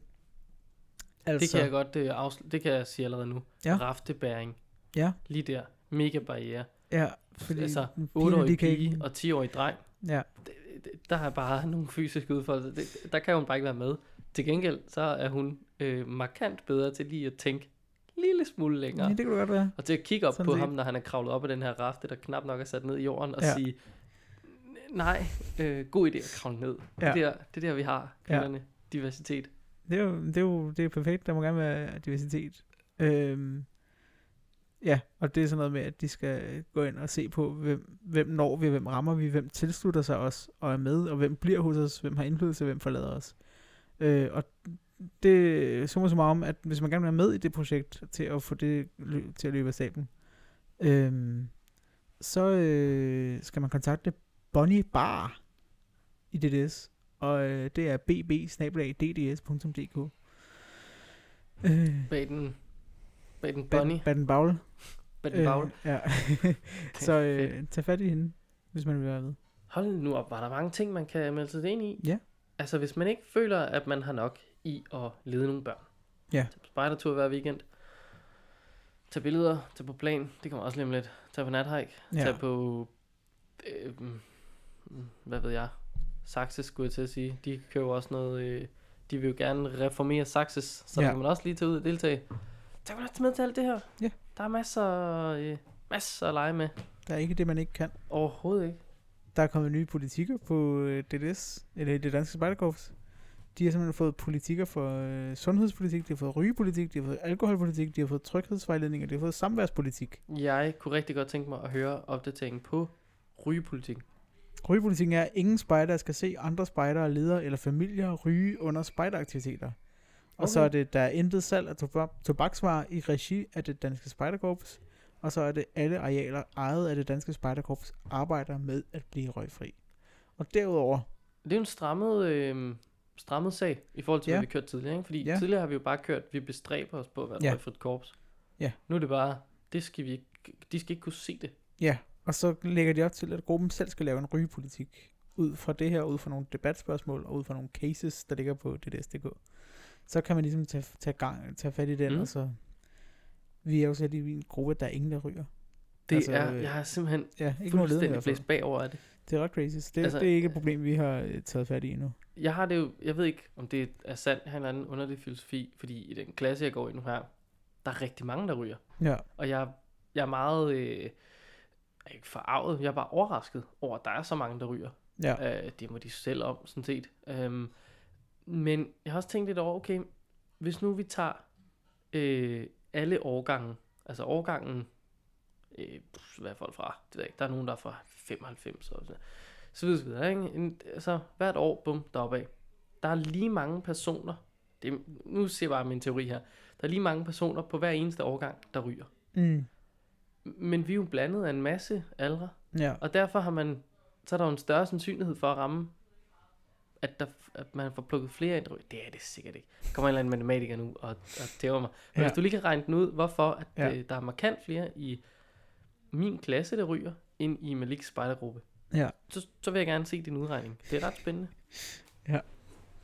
C: Altså,
B: Det kan jeg godt øh, afsl- Det kan jeg sige allerede nu.
C: Ja.
B: Raftebæring.
C: Ja.
B: Lige der. Mega barriere.
C: Ja, fordi
B: altså,
C: pigerne,
B: 8-årig
C: de kan
B: pige
C: ikke-
B: og 10-årig dreng.
C: Ja,
B: Det- det- Der er bare nogle fysiske udfordringer. Det- Der kan hun bare ikke være med. Til gengæld, så er hun øh, markant bedre til lige at tænke en lille smule
C: ja.
B: længere.
C: det kan du godt være.
B: Og til at kigge op
C: Sådan
B: på
C: set.
B: ham, når han er kravlet op af den her rafte, der knap nok er sat ned i jorden, og
C: Ja.
B: ja. sige, nej, øh, god idé at kravle ned. Ja.
C: Ja.
B: Det, der, det er der, vi har,
C: Ja.
B: kvinderne, ja. diversitet.
C: Det er jo, det er jo det er perfekt. Der må gerne være diversitet. Øhm, ja, og det er sådan noget med, at de skal gå ind og se på, hvem, hvem når vi, hvem rammer vi, hvem tilslutter sig os og er med, og hvem bliver hos os, hvem har indflydelse, hvem forlader os. Øh, og det summer så meget om, at hvis man gerne vil være med i det projekt til at få det lø- til at løbe af staben, øhm, så øh, skal man kontakte Bonnie Bar i DDS. Og øh, det er bb-dds.dk. Øh,
B: Bag den, bag den bunny,
C: Baden, Baden Baul. Øh,
B: bag den bagl.
C: ja. så øh, tag fat i hende, hvis man vil være med.
B: Hold nu op, var der mange ting, man kan melde sig ind i?
C: Ja.
B: Altså, hvis man ikke føler, at man har nok i at lede nogle børn.
C: Ja.
B: Tag på spejdertur hver weekend. Tag billeder, tag på plan, det kommer også lige om lidt. Tag på nathike, ja.
C: Ja.
B: tag på, øh, mm, hvad ved jeg, Saxe skulle jeg til at sige. De køber også noget, øh, de vil jo gerne reformere Saxes, så
C: Ja.
B: ja. kan man også lige tage ud og deltage. Tag man også med til alt det her.
C: Ja.
B: Der er masser, øh, masser at lege med.
C: Der er ikke det, man ikke kan.
B: Overhovedet ikke.
C: Der er kommet nye politikker på øh, DDS, eller det danske spejderkorps. De har simpelthen fået politikker for øh, sundhedspolitik, de har fået rygepolitik, de har fået alkoholpolitik, de har fået tryghedsvejledning, og de har fået samværspolitik.
B: Jeg kunne rigtig godt tænke mig at høre opdateringen på rygepolitik.
C: Rygepolitikken er, at ingen spejder skal se andre spejdere, ledere eller familier ryge under spejderaktiviteter. Og så
B: Okay.
C: er det, der er intet salg af toba- tobaksvarer i regi af det danske spejderkorps. Og så er det alle arealer ejet af det danske spejderkorps arbejder med at blive røgfri. Og derudover,
B: Det er jo en strammet, øh, strammet sag i forhold til,
C: Ja.
B: hvad vi kørte tidligere. Ikke? Fordi
C: Ja.
B: ja. tidligere har vi jo bare kørt, vi bestræber os på at være
C: Ja.
B: ja. et korps.
C: Ja.
B: Nu er det bare, det skal vi ikke, de skal ikke kunne se det.
C: ja, og så lægger de op til, at gruppen selv skal lave en rygepolitik ud fra det her, ud fra nogle debatspørgsmål og ud fra nogle cases, der ligger på DDS.dk. Så kan man ligesom tage, tage, gang, tage fat i den, mm.
B: Mm.
C: og så... Vi er jo slet i en gruppe, der er ingen, der ryger.
B: Det
C: Altså,
B: altså, er,
C: øh,
B: jeg har simpelthen
C: Ja, ikke noget ledende i
B: fuldstændig
C: hvert fald.
B: blæst bagover af det.
C: Det er ret crazy. Det, altså,
B: Altså,
C: det er ikke et problem, vi har øh, taget fat i endnu.
B: jeg har det jo, jeg ved ikke, om det er sandt, han eller anden underlig filosofi, fordi i den klasse, jeg går i nu her, der er rigtig mange, der ryger.
C: Ja.
B: Og jeg, jeg er meget, øh, jeg er ikke forarvet, jeg er bare overrasket over, at der er så mange, der ryger.
C: Ja.
B: Øh, det må de selv om, sådan set. Øhm, men jeg har også tænkt lidt over, okay, hvis nu vi tager øh, alle årgangen, altså årgangen, øh, pff, hvad er folk fra? Det ved jeg ikke. Der er nogen, der er fra 95 og sådan så videre, så videre ikke? En, altså, hvert år, bum, deroppe af. Der er lige mange personer, det, er- nu ser jeg bare min teori her, der er lige mange personer på hver eneste årgang, der ryger.
C: Mm.
B: Men vi er jo blandet af en masse aldre,
C: Ja.
B: og derfor har man, så er der jo en større sandsynlighed for at ramme, at, der, at man får plukket flere ind. Det er det sikkert ikke. Der kommer en eller anden matematiker nu og, og tæver mig. Men
C: Ja.
B: ja. hvis du lige kan regne den ud, hvorfor at,
C: Ja.
B: ja. øh, der er markant flere i min klasse, der ryger, end i Maliks spejdergruppe,
C: ja.
B: så, så vil jeg gerne se din udregning. Det er ret spændende.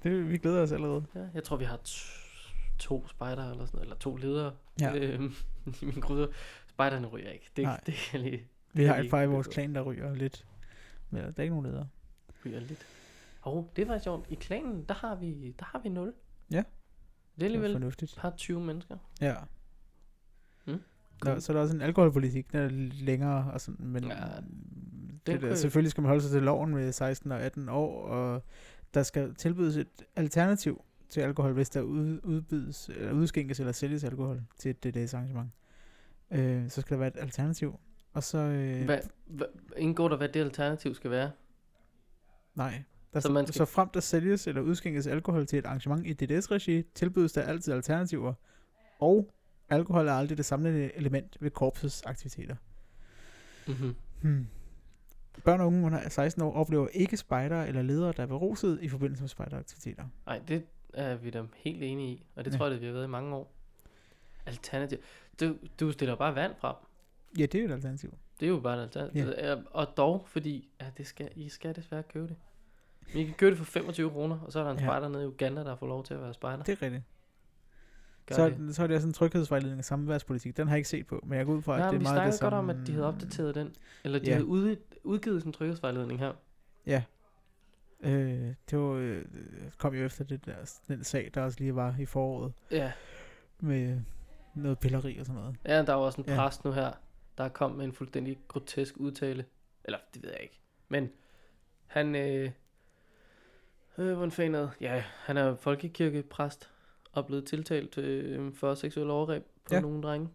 C: Det, vi glæder os allerede.
B: Ja, jeg tror, vi har t- to spejder eller sådan eller to ledere
C: Ja.
B: ja. øhm, i min gruppe. Spejderne ryger ikke. Det,
C: Nej.
B: det kan jeg lige
C: Vi har
B: Det er
C: et par i
B: ikke
C: vores
B: bedre.
C: klan, der ryger lidt. Men der er ikke nogen ledere.
B: ryger lidt. Og det var sjovt. I klanen, der har vi, der har vi nul.
C: Ja.
B: Det er
C: Det er
B: alligevel et
C: fornuftigt.
B: par 20 mennesker.
C: Ja.
B: Mm.
C: Der, så er der også en alkoholpolitik, der er længere. Og sådan, men
B: Ja,
C: ja, det
B: kunne
C: der,
B: jeg-
C: selvfølgelig skal man holde sig til loven med 16 og 18 år, og der skal tilbydes et alternativ til alkohol, hvis der ud, udbydes, eller udskænkes eller sælges alkohol til et DDS arrangement. Øh, så skal der være et alternativ. Og så... Øh,
B: Hvad, hvad, indgår der, hvad det alternativ skal være?
C: Nej. Der
B: Så
C: så, man
B: man
C: skal...
B: skal-
C: så frem der sælges eller udskænkes alkohol til et arrangement i DDS-regi, tilbydes der altid alternativer, og alkohol er aldrig det samlede element ved korpsets aktiviteter.
B: Mm-hmm.
C: Hmm. Børn og unge under 16 år oplever ikke spejdere eller ledere, der er beruset i forbindelse med spejderaktiviteter.
B: Nej, det, er vi da helt enige i, og det
C: Ja.
B: tror jeg, det vi har været i mange år. Alternativ. Du, du stiller bare vand frem.
C: Ja, det er jo et alternativ.
B: Det er jo bare et alternativ. Yeah. Og dog, fordi ja, det skal, I skal desværre købe det. Men I kan købe det for 25 kroner, og så er der en
C: Ja.
B: spejder nede i Uganda, der får lov til at være spejder.
C: Det er rigtigt.
B: Gør
C: så,
B: det.
C: det. så er det også en tryghedsvejledning af samværspolitik. Den har jeg ikke set på, men jeg går ud fra, at
B: Nej,
C: det
B: men
C: er
B: vi snakkede
C: meget det
B: godt
C: samme...
B: om, at de havde opdateret den. Eller de
C: Ja.
B: havde ude, udgivet sådan en tryghedsvejledning her.
C: Øh, det var, øh, kom jo efter det der, den sag, der også lige var i foråret,
B: Ja,
C: med øh, noget pilleri og sådan noget.
B: ja der var også en
C: Ja.
B: præst nu her, der kom med en fuldstændig grotesk udtale. Eller, det ved jeg ikke. Men han, øh, øh, hvordan fanden er det? Ja, han er folkekirkepræst og blevet tiltalt øh, for seksuel overgreb på
C: Ja.
B: nogle drenge.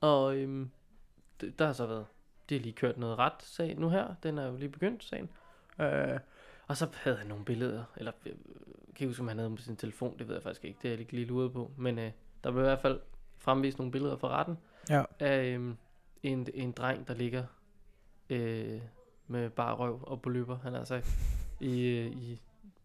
B: Og øh, der har så været, det er lige kørt noget ret sag nu her. Den er jo lige begyndt, sagen. Øh, og så havde han nogle billeder, eller øh, jeg kan ikke huske, om han havde dem på sin telefon, det ved jeg faktisk ikke, det er jeg ikke lige luret på, men øh, der blev i hvert fald fremvist nogle billeder fra retten
C: Ja.
B: af øh, en, en dreng, der ligger øh, med bare røv og på løber, han har sagt, i, øh, i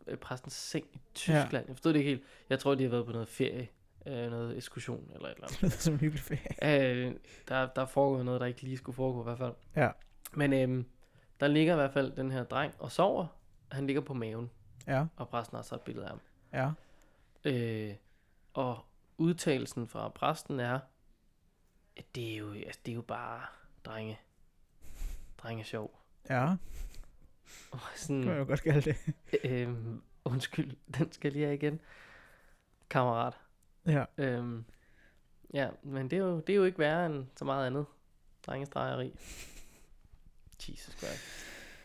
B: øh, præstens seng i Tyskland. Ja. Jeg forstod det ikke helt. Jeg tror, de har været på noget ferie, øh, noget ekskursion eller et eller andet.
C: Det lyder som en hyggelig ferie.
B: Øh, der, der foregår noget, der ikke lige skulle foregå i hvert fald.
C: Ja.
B: Men øhm, der ligger i hvert fald den her dreng og sover. Han ligger på maven,
C: Ja,
B: og præsten har så et billede af ham.
C: ja.
B: Øh, og udtalelsen fra præsten er, at det er jo, altså, det er jo bare drenge. Drenge er sjov.
C: Ja,
B: Og
C: det kan man
B: sådan,
C: jo godt kalde det.
B: øhm, undskyld, den skal lige af igen. Kammerat.
C: Ja,
B: Øhm, ja, men det er, jo, det er jo ikke værre end så meget andet. Drengestregeri. Jesus Christ.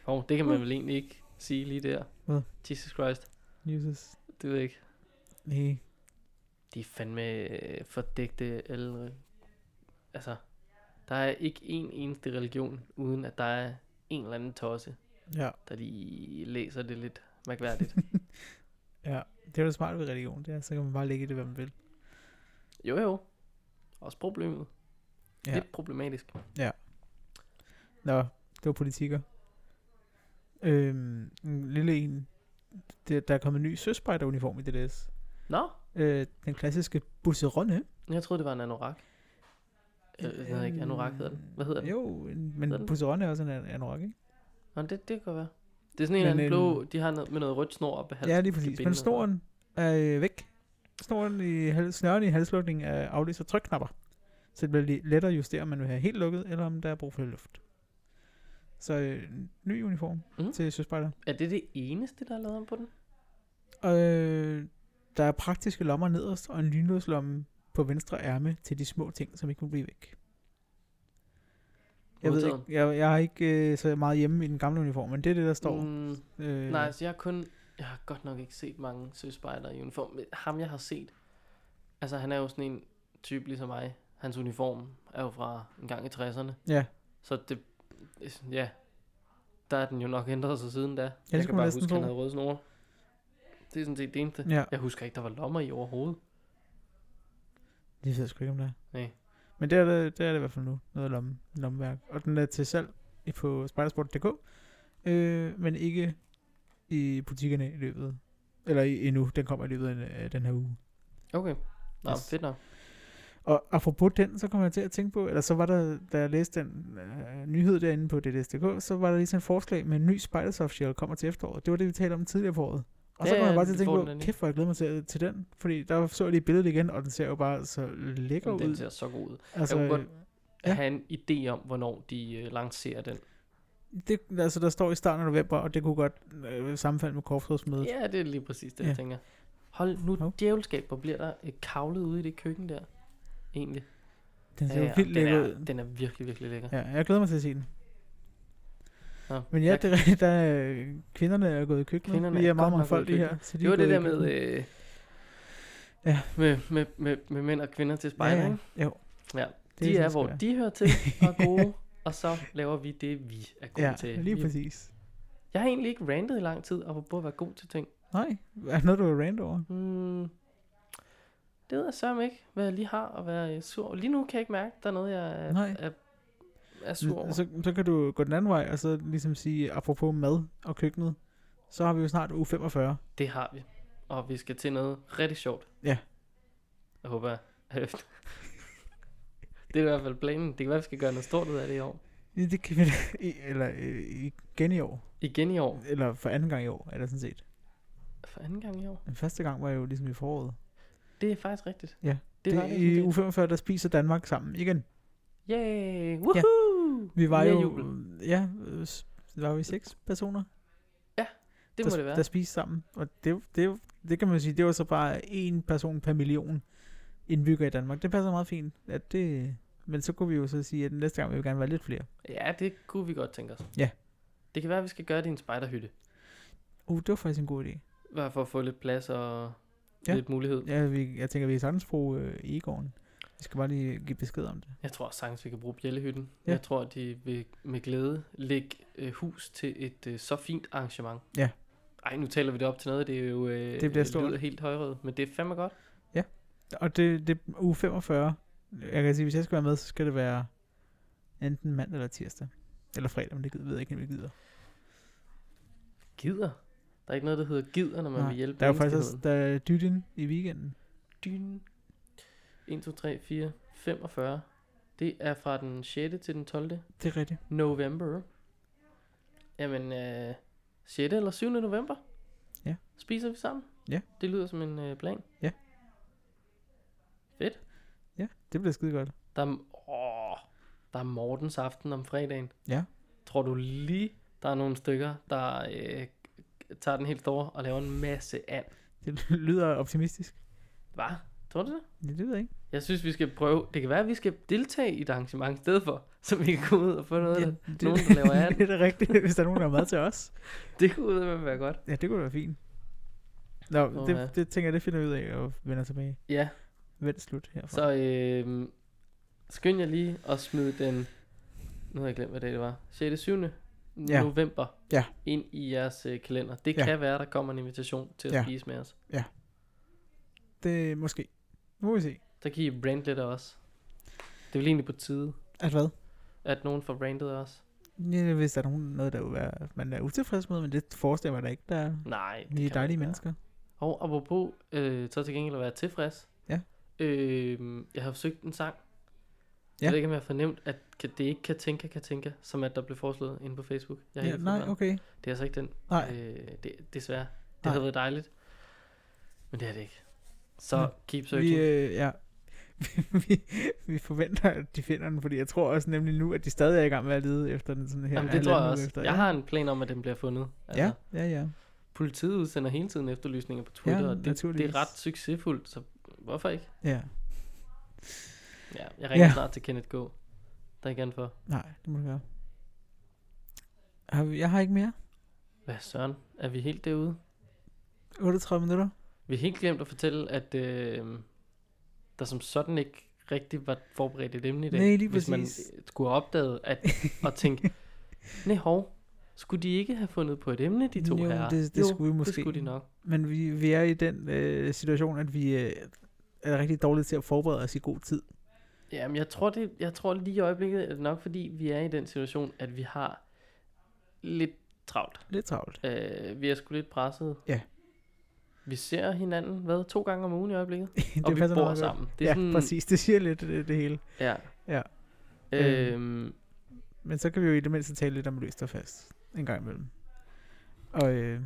B: Og det kan man vel egentlig ikke sige lige der.
C: Hvad?
B: Jesus Christ.
C: Jesus.
B: Det ved jeg ikke.
C: Nej.
B: De er fandme øh, fordægte eller... Altså, der er ikke en eneste religion, uden at der er en eller anden tosse,
C: Ja,
B: der lige læser det lidt mærkværdigt.
C: ja. Det er jo det smarte ved religion, det er, så kan man bare lægge i det, hvad man vil.
B: jo jo. Også problemet.
C: Ja.
B: Ja. Lidt problematisk.
C: Nå, det var politikker. Øhm, en lille en. Det, der er kommet en ny søspejderuniform i DDS.
B: Nå,
C: Øh, den klassiske busseronne.
B: jeg troede, det var en anorak. Øh, den hedder ikke anorak, hedder den. Hvad hedder den?
C: Jo, en,
B: Hedder
C: men
B: den?
C: busseronne er også en an- anorak, ikke?
B: Nå, det, det kan godt være. Det er sådan en eller
C: Men,
B: anden
C: øhm,
B: blå, de har noget, med noget rødt snor op i halsen.
C: Ja, lige
B: til
C: præcis. Men
B: bindet.
C: snoren er øh, væk. Snoren i hal- snøren i halslukningen er aflæst af trykknapper. Så det bliver lidt lettere at justere, om man vil have helt lukket, eller om der er brug for lidt luft. Så øh, ny uniform mm.
B: Mhm.
C: til søspejder.
B: Er det det eneste, der er lavet om på den?
C: Og øh, der er praktiske lommer nederst, og en lynlåslomme på venstre ærme til de små ting, som ikke må blive væk. Jeg ved ikke,
B: Modtaget.
C: jeg, jeg har ikke øh, så meget hjemme i den gamle uniform, men det er det, der står. Mm,
B: Mm,
C: øh,
B: nej, altså jeg har kun... Jeg har godt nok ikke set mange søspejder i uniform. Men Ham, jeg har set... Altså, han er jo sådan en type ligesom mig. Hans uniform er jo fra en gang i 60'erne.
C: Ja,
B: Så det... Ja. Der er den jo nok ændret sig siden da. Jeg, jeg
C: skulle
B: kan
C: man
B: bare
C: næsten
B: huske, at han
C: tro.
B: havde røde snore. Det er sådan set det eneste.
C: ja.
B: Jeg husker ikke, der var lommer i overhovedet.
C: Det ved jeg sgu ikke, om der er.
B: Nej.
C: Men det er det, det, er det i hvert fald nu. Noget lomme, lommeværk. Og den er til salg i- på spidersport.dk. Øh, men ikke i butikkerne i løbet. Eller i, endnu. Den kommer i løbet af den- af den her uge.
B: Okay. Nå,
C: Yes.
B: fedt nok.
C: Og apropos den, så kom jeg til at tænke på, eller så var der, da jeg læste den øh, nyhed derinde på DDS.dk, så var der lige sådan et forslag med en ny Spidersoft Shell kommer til efteråret. Det var det, vi talte om tidligere på året. Og så
B: Ja,
C: kom jeg
B: ja,
C: bare til
B: vi
C: at tænke
B: får
C: på,
B: den endelig.
C: kæft hvor jeg glæder mig til, til den. Fordi der så jeg lige billedet igen, og den ser jo bare så lækker
B: Den
C: ud.
B: ser så god ud.
C: Altså,
B: Jeg kunne
C: øh,
B: godt
C: ja.
B: ja. have en idé om, hvornår de øh, lancerer den.
C: Det, altså, der står i starten af november, og det kunne godt øh, sammenfalde med korpsrådsmødet.
B: Ja, det er lige præcis det, ja.
C: Ja.
B: jeg tænker. Hold nu
C: Hov.
B: djævelskab, hvor bliver der øh, kavlet ude i det køkken der, egentlig.
C: Den ser jo
B: og den,
C: vildt lækker
B: er,
C: ud.
B: den er virkelig, virkelig lækker.
C: Ja, jeg glæder mig til at se den.
B: Nå,
C: Men ja,
B: jeg-
C: det er rigtigt, der er, øh, kvinderne er gået i køkkenet.
B: Kvinderne
C: Vi
B: er
C: er meget
B: godt nok
C: mangfoldige
B: gået i
C: her. Så de
B: det var
C: er
B: det
C: gået i
B: der med,
C: køkkenet.
B: øh,
C: Ja.
B: med, med, med, med mænd og kvinder til øh, spejder, ja,
C: ja, jo.
B: ja. De
C: Det sådan,
B: er,
C: det skal
B: hvor
C: være.
B: de hører til og er gode, og så laver vi det, vi er gode
C: Ja,
B: til.
C: lige
B: Vi-
C: præcis.
B: Jeg har egentlig ikke rantet i lang tid, og på at være god til ting.
C: Nej, er der noget, du vil rant over?
B: Hmm. Det ved jeg sørme ikke, hvad jeg lige har at være øh, sur over. Lige nu kan jeg ikke mærke, at der er noget, jeg er,
C: Nej.
B: er, er sur over.
C: Så, så kan du gå den anden vej, og så ligesom sige, apropos mad og køkkenet, så har vi jo snart u 45.
B: Det har vi. og vi skal til noget rigtig sjovt.
C: Ja.
B: Jeg håber, jeg. det er i hvert fald planen. Det kan være, vi skal gøre noget stort ud af det i år.
C: Ja, Det kan vi da- i- eller øh, igen i år.
B: Igen i år.
C: Eller for anden gang i år, er det sådan set.
B: For anden gang i år.
C: Den første gang var jo ligesom i foråret.
B: Det er faktisk rigtigt.
C: Ja,
B: Det, var det.
C: I
B: sådan set.
C: U45, der spiser Danmark sammen igen.
B: Yay! Woohoo!
C: Vi var
B: Mere
C: jo...
B: jubel.
C: Ja, øh, s- var vi seks personer,
B: Det
C: der,
B: må det være.
C: der spiste sammen. Og det, det, det kan man sige, det var så bare en person per million indbyggere i Danmark. Det passer meget fint. Ja, det, men så kunne vi jo så sige, at næste gang vil vi gerne være lidt flere.
B: Ja, det kunne vi godt tænke os.
C: Ja.
B: Det kan være, at vi skal gøre det i en spejderhytte.
C: Uh, det var faktisk en god idé.
B: Bare for at få lidt plads og
C: Ja.
B: ja. lidt mulighed. Ja.
C: Ja, vi, jeg tænker, vi er sagtens bruge øh, Egon. Vi skal bare lige give besked om det.
B: Jeg tror sagtens, vi kan bruge bjællehytten.
C: Ja.
B: Ja. Jeg tror, de vil med glæde lægge øh, hus til et øh, så fint arrangement.
C: Ja.
B: Ej, nu taler vi det op til noget. Det er jo øh,
C: Det bliver
B: øh,
C: stort.
B: lyder helt højrød, men det er fandme godt.
C: Og det, det er uge 45. Jeg kan sige, hvis jeg skal være med, så skal det være enten mandag eller tirsdag. Eller fredag, men det gider- ved jeg ikke, om vi gider.
B: Gider. Der er ikke noget, der hedder gider, når man
C: Nej,
B: vil hjælpe
C: der er jo faktisk også der er dytten i weekenden.
B: Dyn. 1, 2, 3, 4, 45. Det er fra den 6. til den 12.
C: Det er rigtigt.
B: November. Jamen, øh, 6. eller 7. november?
C: Ja.
B: Spiser vi sammen?
C: Ja.
B: Det lyder som en øh, plan.
C: Ja.
B: Fedt.
C: Ja, det bliver skide godt.
B: Der er, åh, der er Mortens aften om fredagen.
C: Ja.
B: Tror du lige, der er nogle stykker, der øh, tager den helt store og laver en masse and?
C: Det lyder optimistisk.
B: Hvad? Tror du det?
C: Ja, det ved jeg ikke.
B: Jeg synes, vi skal prøve. Det kan være, at vi skal deltage i et arrangement i stedet for, så vi kan komme ud og få noget.
C: Ja,
B: Ja. Nogen, der laver and.
C: det er da rigtigt, hvis der er nogen, der er med til os.
B: Det kunne ud af være godt.
C: Ja, det kunne være fint. Nå,
B: Åh,
C: det,
B: ja.
C: det tænker jeg, det finder vi ud af og vender tilbage.
B: Ja,
C: Vend slut herfra.
B: Så øh, skynd jer lige at smide den, nu har jeg glemt, hvad dag det var, 6. 7.
C: Ja.
B: november
C: Ja.
B: ind i jeres øh, kalender. Det
C: Ja.
B: ja. kan være, der kommer en invitation til at
C: Ja.
B: ja. spise med os.
C: Det måske. Nu må vi se.
B: Så kan I brande lidt af os. Det er vel egentlig på tide,
C: At hvad?
B: at nogen får brandet os.
C: Ja, hvis der er nogen, noget, der vil være, man er utilfreds med, men det forestiller jeg mig da ikke, der er.
B: Nej, det
C: Vi er
B: kan man
C: dejlige
B: ikke være.
C: mennesker.
B: Og apropos, øh, så til gengæld at være tilfreds.
C: Ja.
B: Øh, jeg har forsøgt en sang. Ja.
C: Ja.
B: Jeg ved ikke, om jeg har fornemt, at kan- det ikke kan tænke, kan tænke, som at der blev foreslået inde på Facebook. Jeg har
C: Ja,
B: helt
C: nej,
B: forberedt.
C: okay.
B: Det er altså ikke den.
C: Nej.
B: Øh, det, desværre. Det
C: Nej.
B: havde været dejligt. Men det er det ikke. Så
C: Nå,
B: keep
C: Vi,
B: searching.
C: øh, ja. vi, vi forventer, at de finder den, fordi jeg tror også nemlig nu, at de stadig er i gang med at lede efter den sådan her.
B: Jamen, det tror jeg
C: halvanden uge
B: også.
C: Efter.
B: jeg har en plan om, at den bliver fundet. Altså,
C: Ja, ja, ja.
B: Politiet udsender hele tiden efterlysninger på Twitter,
C: Ja,
B: og det, det
C: naturligvis.
B: er ret succesfuldt, så hvorfor ikke?
C: ja.
B: Ja, jeg ringer
C: Ja.
B: ja. snart til Kenneth K. Der er ikke andet for.
C: Nej, det må det være. Har vi, jeg har ikke mere.
B: Hvad søren? Er vi helt derude?
C: 38 minutter.
B: Vi har helt glemt at fortælle, at øh, der som sådan ikke rigtig var forberedt et emne i dag.
C: Nej, lige
B: hvis man
C: præcis.
B: øh, skulle have opdaget at, og tænke, nej hov, skulle de ikke have fundet på et emne, de to
C: Jo,
B: herrer?
C: det- det skulle vi måske.
B: det skulle de nok.
C: Men vi, vi er i den øh, situation, at vi øh, er rigtig dårlige til at forberede os i god tid.
B: Jamen, jeg tror, det, jeg tror lige i øjeblikket, er det nok fordi, vi er i den situation, at vi har lidt travlt.
C: Lidt travlt.
B: Øh, vi er sgu lidt presset.
C: Ja.
B: Vi ser hinanden, hvad, to gange om ugen i øjeblikket?
C: det
B: og vi
C: passer meget
B: bor
C: godt.
B: sammen.
C: Det er ja, sådan... præcis. Det siger lidt øh, det, det hele.
B: Ja.
C: Ja. Øh,
B: Øhm,
C: Men så kan vi jo i det mindste tale lidt om løst og fast en gang imellem. Og øh,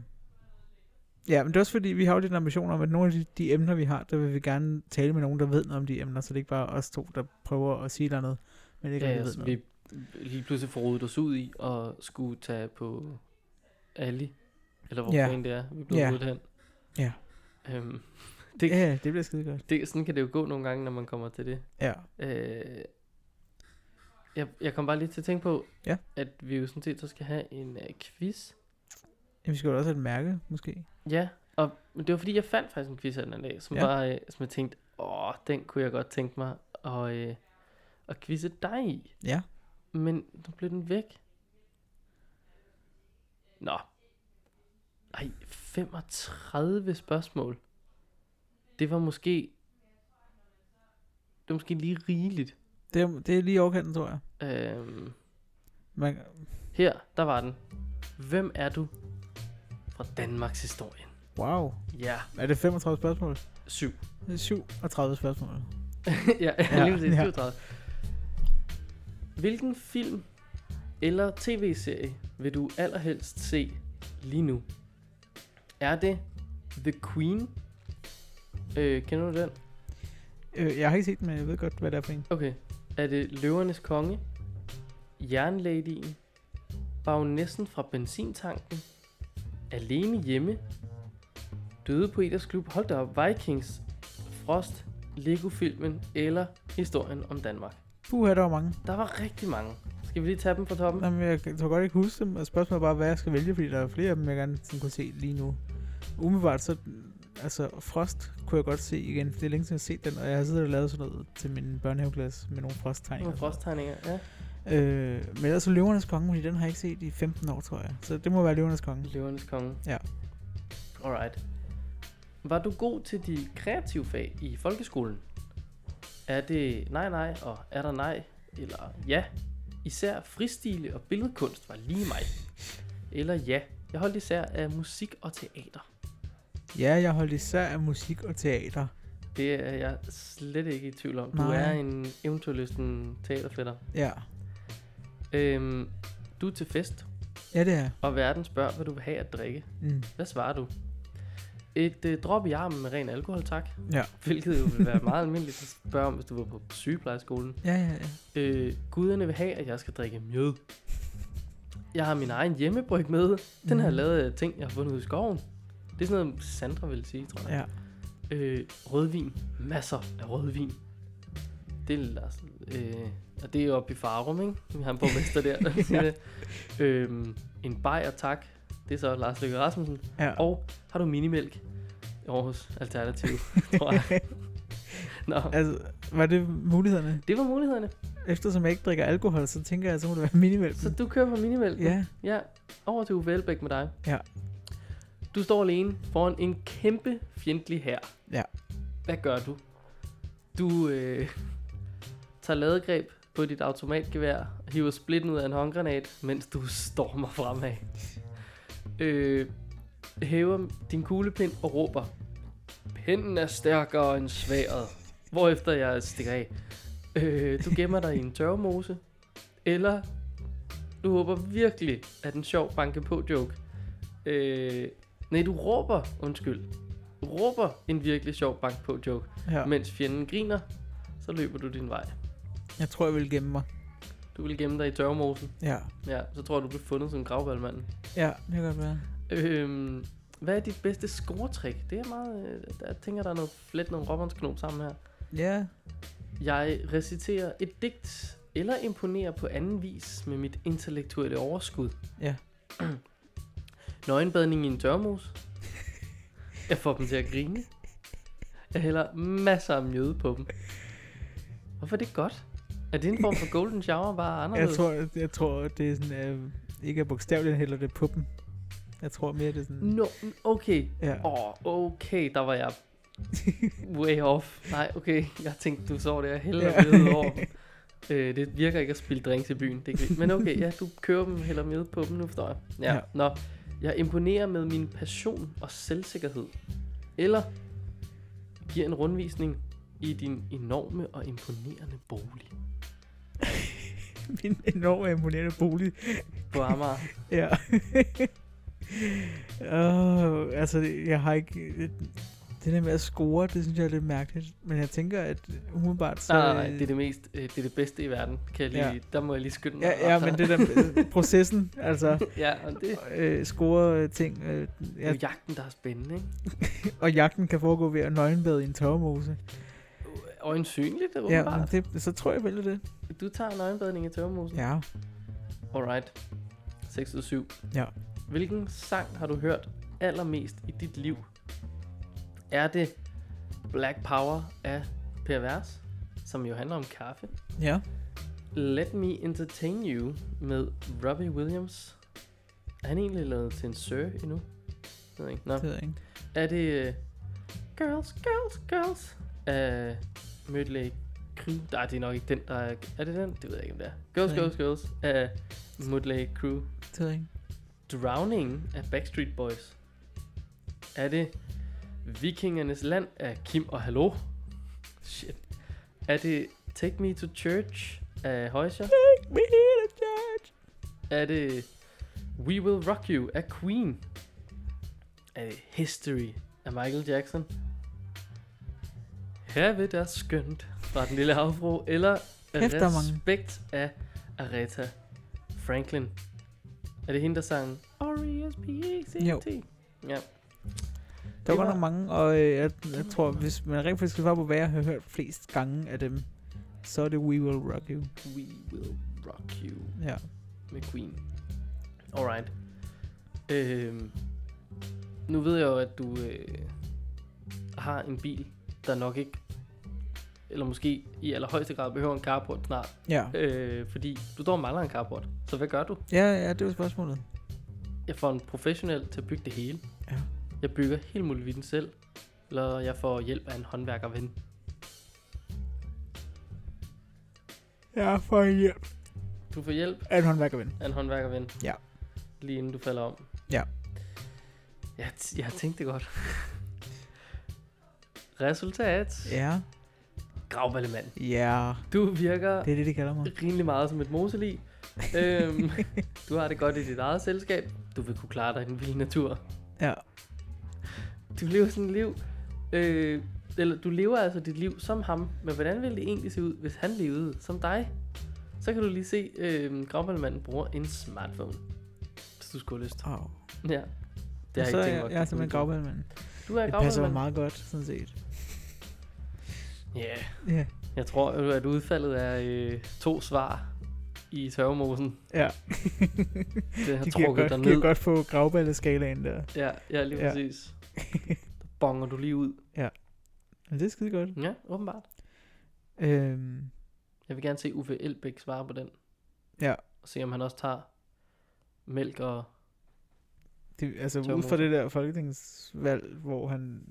C: ja, men det er også fordi, vi har jo lidt en ambition om, at nogle af de, de emner, vi har, der vil vi gerne tale med nogen, der ved noget om de emner, så det ikke bare er os to, der prøver at sige noget, men ikke
B: ja,
C: ja, rigtig
B: ja,
C: ved
B: som
C: noget.
B: vi lige pludselig får rodet os ud i og skulle tage på Ali, eller hvor
C: Ja.
B: yeah. fanden det er, vi blev
C: Ja.
B: yeah. rodet hen.
C: Ja.
B: Øhm,
C: Det...
B: det-
C: Ja, det bliver skide godt.
B: det, sådan kan det jo gå nogle gange, når man kommer til det.
C: Ja,
B: Øh, jeg, jeg kom bare lige til at tænke på,
C: Ja.
B: at vi jo sådan set så skal have en uh, quiz.
C: Jamen, vi skal jo også have et mærke, måske.
B: Ja, og men det var fordi, jeg fandt faktisk en quiz her den anden dag, som, ja.
C: Ja.
B: var, øh, som jeg tænkte, åh, den kunne jeg godt tænke mig at, øh, at quizze dig i.
C: Ja.
B: Men nu blev den væk. Nå. Ej, 35 spørgsmål. Det var måske... Det var måske lige rigeligt.
C: Det er, det er lige i overkanten, tror jeg.
B: Øhm,
C: Man,
B: her, der var den. Hvem er du fra Danmarks historie?
C: Wow.
B: Ja,
C: Er det 35 spørgsmål?
B: syv.
C: Det er 37 spørgsmål.
B: ja,
C: Ja,
B: ja, lige præcis,
C: ja.
B: 37. Hvilken film eller tv-serie vil du allerhelst se lige nu? Er det The Queen? Øh, kender du den?
C: Øh, jeg har ikke set den, men jeg ved godt, hvad det er for en.
B: Okay. Er det Løvernes Konge? Jernladyen? Bagnæssen fra benzintanken? Alene hjemme? Døde på Eders Klub? Hold da op, Vikings? Frost? Lego-filmen? Eller historien om Danmark?
C: Puh, der var mange.
B: Der var rigtig mange. Skal vi lige tage dem fra toppen?
C: Jamen, jeg kan- tror godt, jeg kan huske dem, og spørgsmålet er bare, hvad jeg skal vælge, fordi der er flere af dem, jeg gerne sådan, kunne se lige nu. Umiddelbart, så, altså Frost kunne jeg godt se igen, for det er længe siden, jeg har set den, og jeg har siddet og lavet sådan noget til min børnehaveklasse med nogle frosttegninger.
B: Nogle frosttegninger, ja.
C: Øh, men ellers så Løvernes Konge, fordi den har jeg ikke set i 15 år, tror jeg. Så det må være Løvernes Konge.
B: Løvernes konge.
C: Ja.
B: Alright. Var du god til de kreative fag i folkeskolen? Er det nej nej og er der nej? Eller ja? Især fristile og billedkunst var lige mig. Eller ja, jeg holdt især af musik og teater.
C: Ja, jeg holdt især af musik og teater.
B: Det er jeg slet ikke i tvivl om. Du
C: Nej.
B: er en eventyrlysten teaterfætter.
C: Ja,
B: Øhm, du er til fest,
C: ja det er jeg.
B: og verden spørger, hvad du vil have at drikke.
C: mm.
B: Hvad svarer du? Et øh, drop i armen med ren alkohol, tak.
C: Ja.
B: Hvilket jo vil være meget almindeligt at spørge om, hvis du var på sygeplejeskolen.
C: Ja, ja, ja.
B: Øh, guderne vil have, at jeg skal drikke mjød. Jeg har min egen hjemmebryg med. Den har jeg
C: Mhm.
B: lavet af ting, jeg har fundet ud i skoven. Det er sådan noget, Sandra ville sige, tror jeg.
C: Ja,
B: Øh, rødvin. Masser af rødvin. Det er Lars. Øh, og det er oppe i Farum, ikke? Vi har en borgmester der. der siger det. Øhm, en bajer, tak. Det er så Lars Løkke Rasmussen.
C: ja.
B: Og har du minimælk? I Aarhus Alternativ, tror jeg. Nå,
C: Altså, var det mulighederne?
B: det var mulighederne.
C: Eftersom jeg ikke drikker alkohol, så tænker jeg, så må det være minimalt.
B: Så du kører på minimælk.
C: Ja,
B: ja. Over til Uffe Elbæk med dig.
C: Ja.
B: Du står alene foran en kæmpe fjendtlig her.
C: Ja.
B: Hvad gør du? Du øh, tager ladegreb på dit automatgevær og hiver splitten ud af en håndgranat, mens du stormer fremad. Øh, hæver din kuglepind og råber, Pinden er stærkere end sværet, hvorefter jeg stikker af. Øh, du gemmer dig i en tørvemose, eller du håber virkelig, at en sjov banke på joke. Øh, nej, du råber, undskyld. Du råber en virkelig sjov bank på joke,
C: ja.
B: ja. mens fjenden griner, så løber du din vej.
C: Jeg tror, jeg vil gemme mig.
B: Du vil gemme dig i tørvemosen.
C: Ja. Ja,
B: Ja, så tror jeg, du bliver fundet som gravvalgmanden.
C: det kan godt være.
B: Øhm, hvad er dit bedste scoretrik? Det er meget... Øh, der- jeg tænker, der er noget flet, nogle robbersknob sammen her.
C: Ja.
B: Jeg reciterer et digt, eller imponerer på anden vis med mit intellektuelle overskud.
C: Ja.
B: Nøgenbadning i en tørmos. Jeg får dem til at grine. Jeg hælder masser af mjøde på dem. Hvorfor er det godt? Er det en form for golden shower bare
C: Jeg
B: anderledes?
C: tror, jeg tror, det er sådan, øh, ikke er bogstaveligt heller det på dem. Jeg tror mere, det er sådan...
B: No, okay.
C: Ja.
B: Åh, oh, okay, der var jeg way off. Nej, okay, jeg tænkte, du så det, jeg hælder
C: Ja.
B: yeah. mjøde over dem. Øh, det virker ikke at spille drinks i byen, det er ikke- Men okay, ja, du kører dem, hælder mjøde på dem, nu forstår jeg. Ja,
C: Ja.
B: ja. Nå, jeg imponerer med min passion og selvsikkerhed. Eller giver en rundvisning i din enorme og imponerende bolig
C: Min enorme imponerende bolig.
B: på Amager.
C: Ja. oh, altså, jeg har ikke... Det der med at score, det synes jeg er lidt mærkeligt. Men jeg tænker, at umiddelbart... Så,
B: Nej, nej, nej,
C: øh,
B: det er det mest, øh, det er det bedste i verden, kan jeg lige,
C: Ja.
B: ja. der må jeg lige skynde mig.
C: Ja, ja, men det der processen, altså
B: ja, og det,
C: øh, score øh, ting, øh,
B: Det er
C: ja,
B: jo jagten, der er spændende, ikke?
C: og jagten kan foregå ved at nøgenbade i en tørmose.
B: Øjensynligt, det
C: Ja, men
B: åbenbart.
C: det, så tror jeg, jeg vælger det.
B: Ja. Du tager en øjenbadning i tørmosen.
C: Ja.
B: Alright. 6 ud af 7.
C: Ja.
B: Hvilken sang har du hørt allermest i dit liv? Er det Black Power af Pervers, som jo handler om kaffe?
C: Ja.
B: Let Me Entertain You med Robbie Williams. Er han egentlig lavet til en sir endnu? Jeg ved ikke. Nå.
C: Det ved jeg ikke.
B: Er det uh, Girls, Girls, Girls af Mødley Crew? Nej, det er nok ikke den, der er... Er det den? Det ved jeg ikke, om det er. Girls,
C: Nej.
B: Girls, Girls af Mødley Crew.
C: Det ved jeg ikke.
B: Drowning af Backstreet Boys. er det Vikingernes land af Kim og Hallo? Shit. Er det Take Me to Church af Højscher?
C: We need a judge.
B: Er det We Will Rock You af Queen? Er det History af Michael Jackson? Her ved der skønt fra den lille havfru, eller
C: Kæft, der er mange.
B: Respekt af Aretha Franklin. Er det hende, der sang E
C: Jo.
B: R.E.S.P.E.C.T.? E Ja. var-
C: Der var godt nok mange, og øh, jeg, jeg tror, hvis man rent faktisk skal svare på, hvad jeg har hørt flest gange af dem, så er det We Will Rock You.
B: We Will Rock You
C: Ja.
B: med Queen. Alright. Øhm, nu ved jeg jo, at du øh, har en bil, der nok ikke, eller måske i allerhøjeste grad behøver en carport snart.
C: Ja.
B: Øh, fordi du dog mangler en carport. Så hvad gør du?
C: Ja, ja, det var spørgsmålet.
B: Jeg får en professionel til at bygge det hele.
C: Ja.
B: Jeg bygger helt muligvis selv. Eller jeg får hjælp af en håndværkerven.
C: Ja, for hjælp.
B: Du får hjælp
C: Af en håndværkerven.
B: af en håndværkerven.
C: Ja.
B: Lige inden du falder om.
C: Ja.
B: Jeg, t- jeg har tænkt det godt. Resultat.
C: Ja.
B: Gravvallemand.
C: Ja.
B: Du virker
C: Det er det, de kalder mig.
B: rimelig meget som et moselig. øhm, du har det godt i dit eget selskab. Du vil kunne klare dig i den vilde natur.
C: Ja.
B: Du lever sådan et liv. Øh, eller du lever altså dit liv som ham. Men hvordan ville det egentlig se ud, hvis han levede som dig? Så kan du lige se, øh, gravmandmanden bruger en smartphone. Hvis du skulle have lyst.
C: Oh.
B: Ja.
C: Det
B: har
C: så
B: jeg ikke tænkt
C: er jeg,
B: mig at
C: jeg er
B: kigge
C: simpelthen
B: ud på.
C: gravbandmand.
B: Du er
C: Det passer
B: gravmandmanden.
C: mig meget godt, sådan set.
B: Ja. Yeah.
C: Ja.
B: Jeg tror, at udfaldet er øh, to svar i tørvemosen.
C: Ja.
B: Det har
C: De giver
B: trukket dig
C: godt, giver
B: ned.
C: godt på gravballeskalaen der.
B: Ja, ja, lige
C: Ja.
B: præcis. Der bonger du lige ud.
C: Men det er skide godt.
B: Ja, åbenbart.
C: Øhm,
B: Jeg vil gerne se Uffe Elbæk svare på den.
C: Ja.
B: Og se, om han også tager mælk og...
C: det, altså
B: Tør
C: ud fra
B: motor.
C: det der folketingsvalg, hvor han,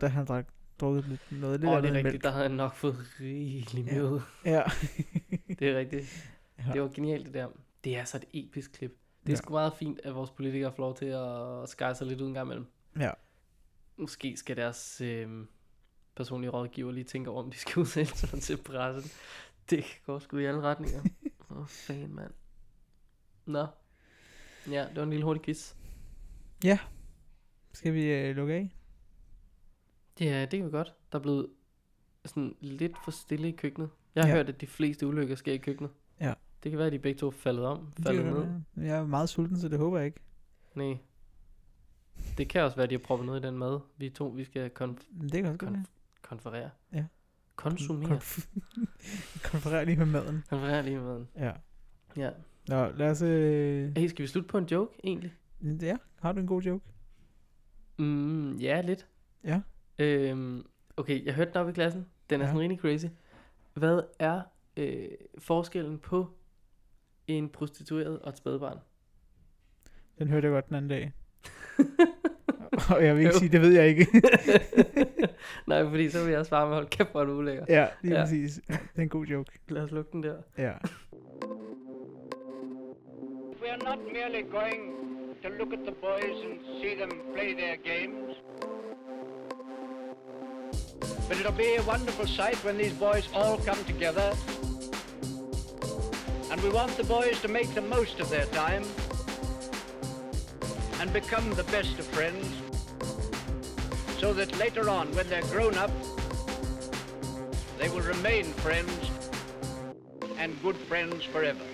C: der han drak, drukket lidt noget lidt
B: Åh,
C: andet
B: det er
C: end
B: rigtigt.
C: mælk.
B: Der havde han nok fået rigelig
C: Ja.
B: møde.
C: Ja.
B: Det er rigtigt.
C: Ja.
B: Det var genialt, det der. Det er så et episk klip. Det er
C: Ja.
B: ja. sgu meget fint, at vores politikere får lov til at skære sig lidt ud en gang imellem.
C: Ja.
B: Måske skal deres øh, personlige rådgiver lige tænke over, om de skal udsætte sig til pressen. Det går sgu i alle retninger. Åh, oh, fan, mand. Nå. Ja, det var en lille hurtig quiz.
C: Skal vi øh, lukke af?
B: Ja, det kan vi godt. Der er blevet sådan lidt for stille i køkkenet. Jeg har
C: Ja.
B: ja. hørt, at de fleste ulykker sker i køkkenet.
C: Ja.
B: Det kan være, at de begge to er faldet om, faldet ned.
C: ned. Jeg er meget sulten, så det håber jeg ikke.
B: Nej. Det kan også være, at de har proppet noget i den mad. Vi to, vi skal konf-
C: Men Det kan også godt
B: Konf-
C: være.
B: konferere.
C: Ja.
B: Konsumere.
C: Konf- Konferere lige med maden.
B: konferere lige med maden.
C: Ja.
B: Ja.
C: Nå, lad os... Øh...
B: Hey, skal vi slutte på en joke, egentlig?
C: Ja, har du en god joke?
B: Mm, ja, lidt.
C: Ja.
B: Øhm, okay, jeg hørte den op i klassen. Den er
C: Ja.
B: sådan rimelig crazy. Hvad er øh, forskellen på en prostitueret og et spædbarn?
C: Den hørte jeg godt den anden dag. og jeg vil ikke sige, det ved jeg ikke.
B: Nej, fordi så vil jeg svare med, hold kæft, hvor er du ulækker.
C: ja, lige ja.
B: Ja.
C: præcis. Det er en god joke.
B: Lad os lukke den der.
C: Ja.
A: We are not merely going to look at the boys and see them play their games. But it'll be a wonderful sight when these boys all come together. And we want the boys to make the most of their time and become the best of friends. So that later on, when they're grown up, they will remain friends and good friends forever.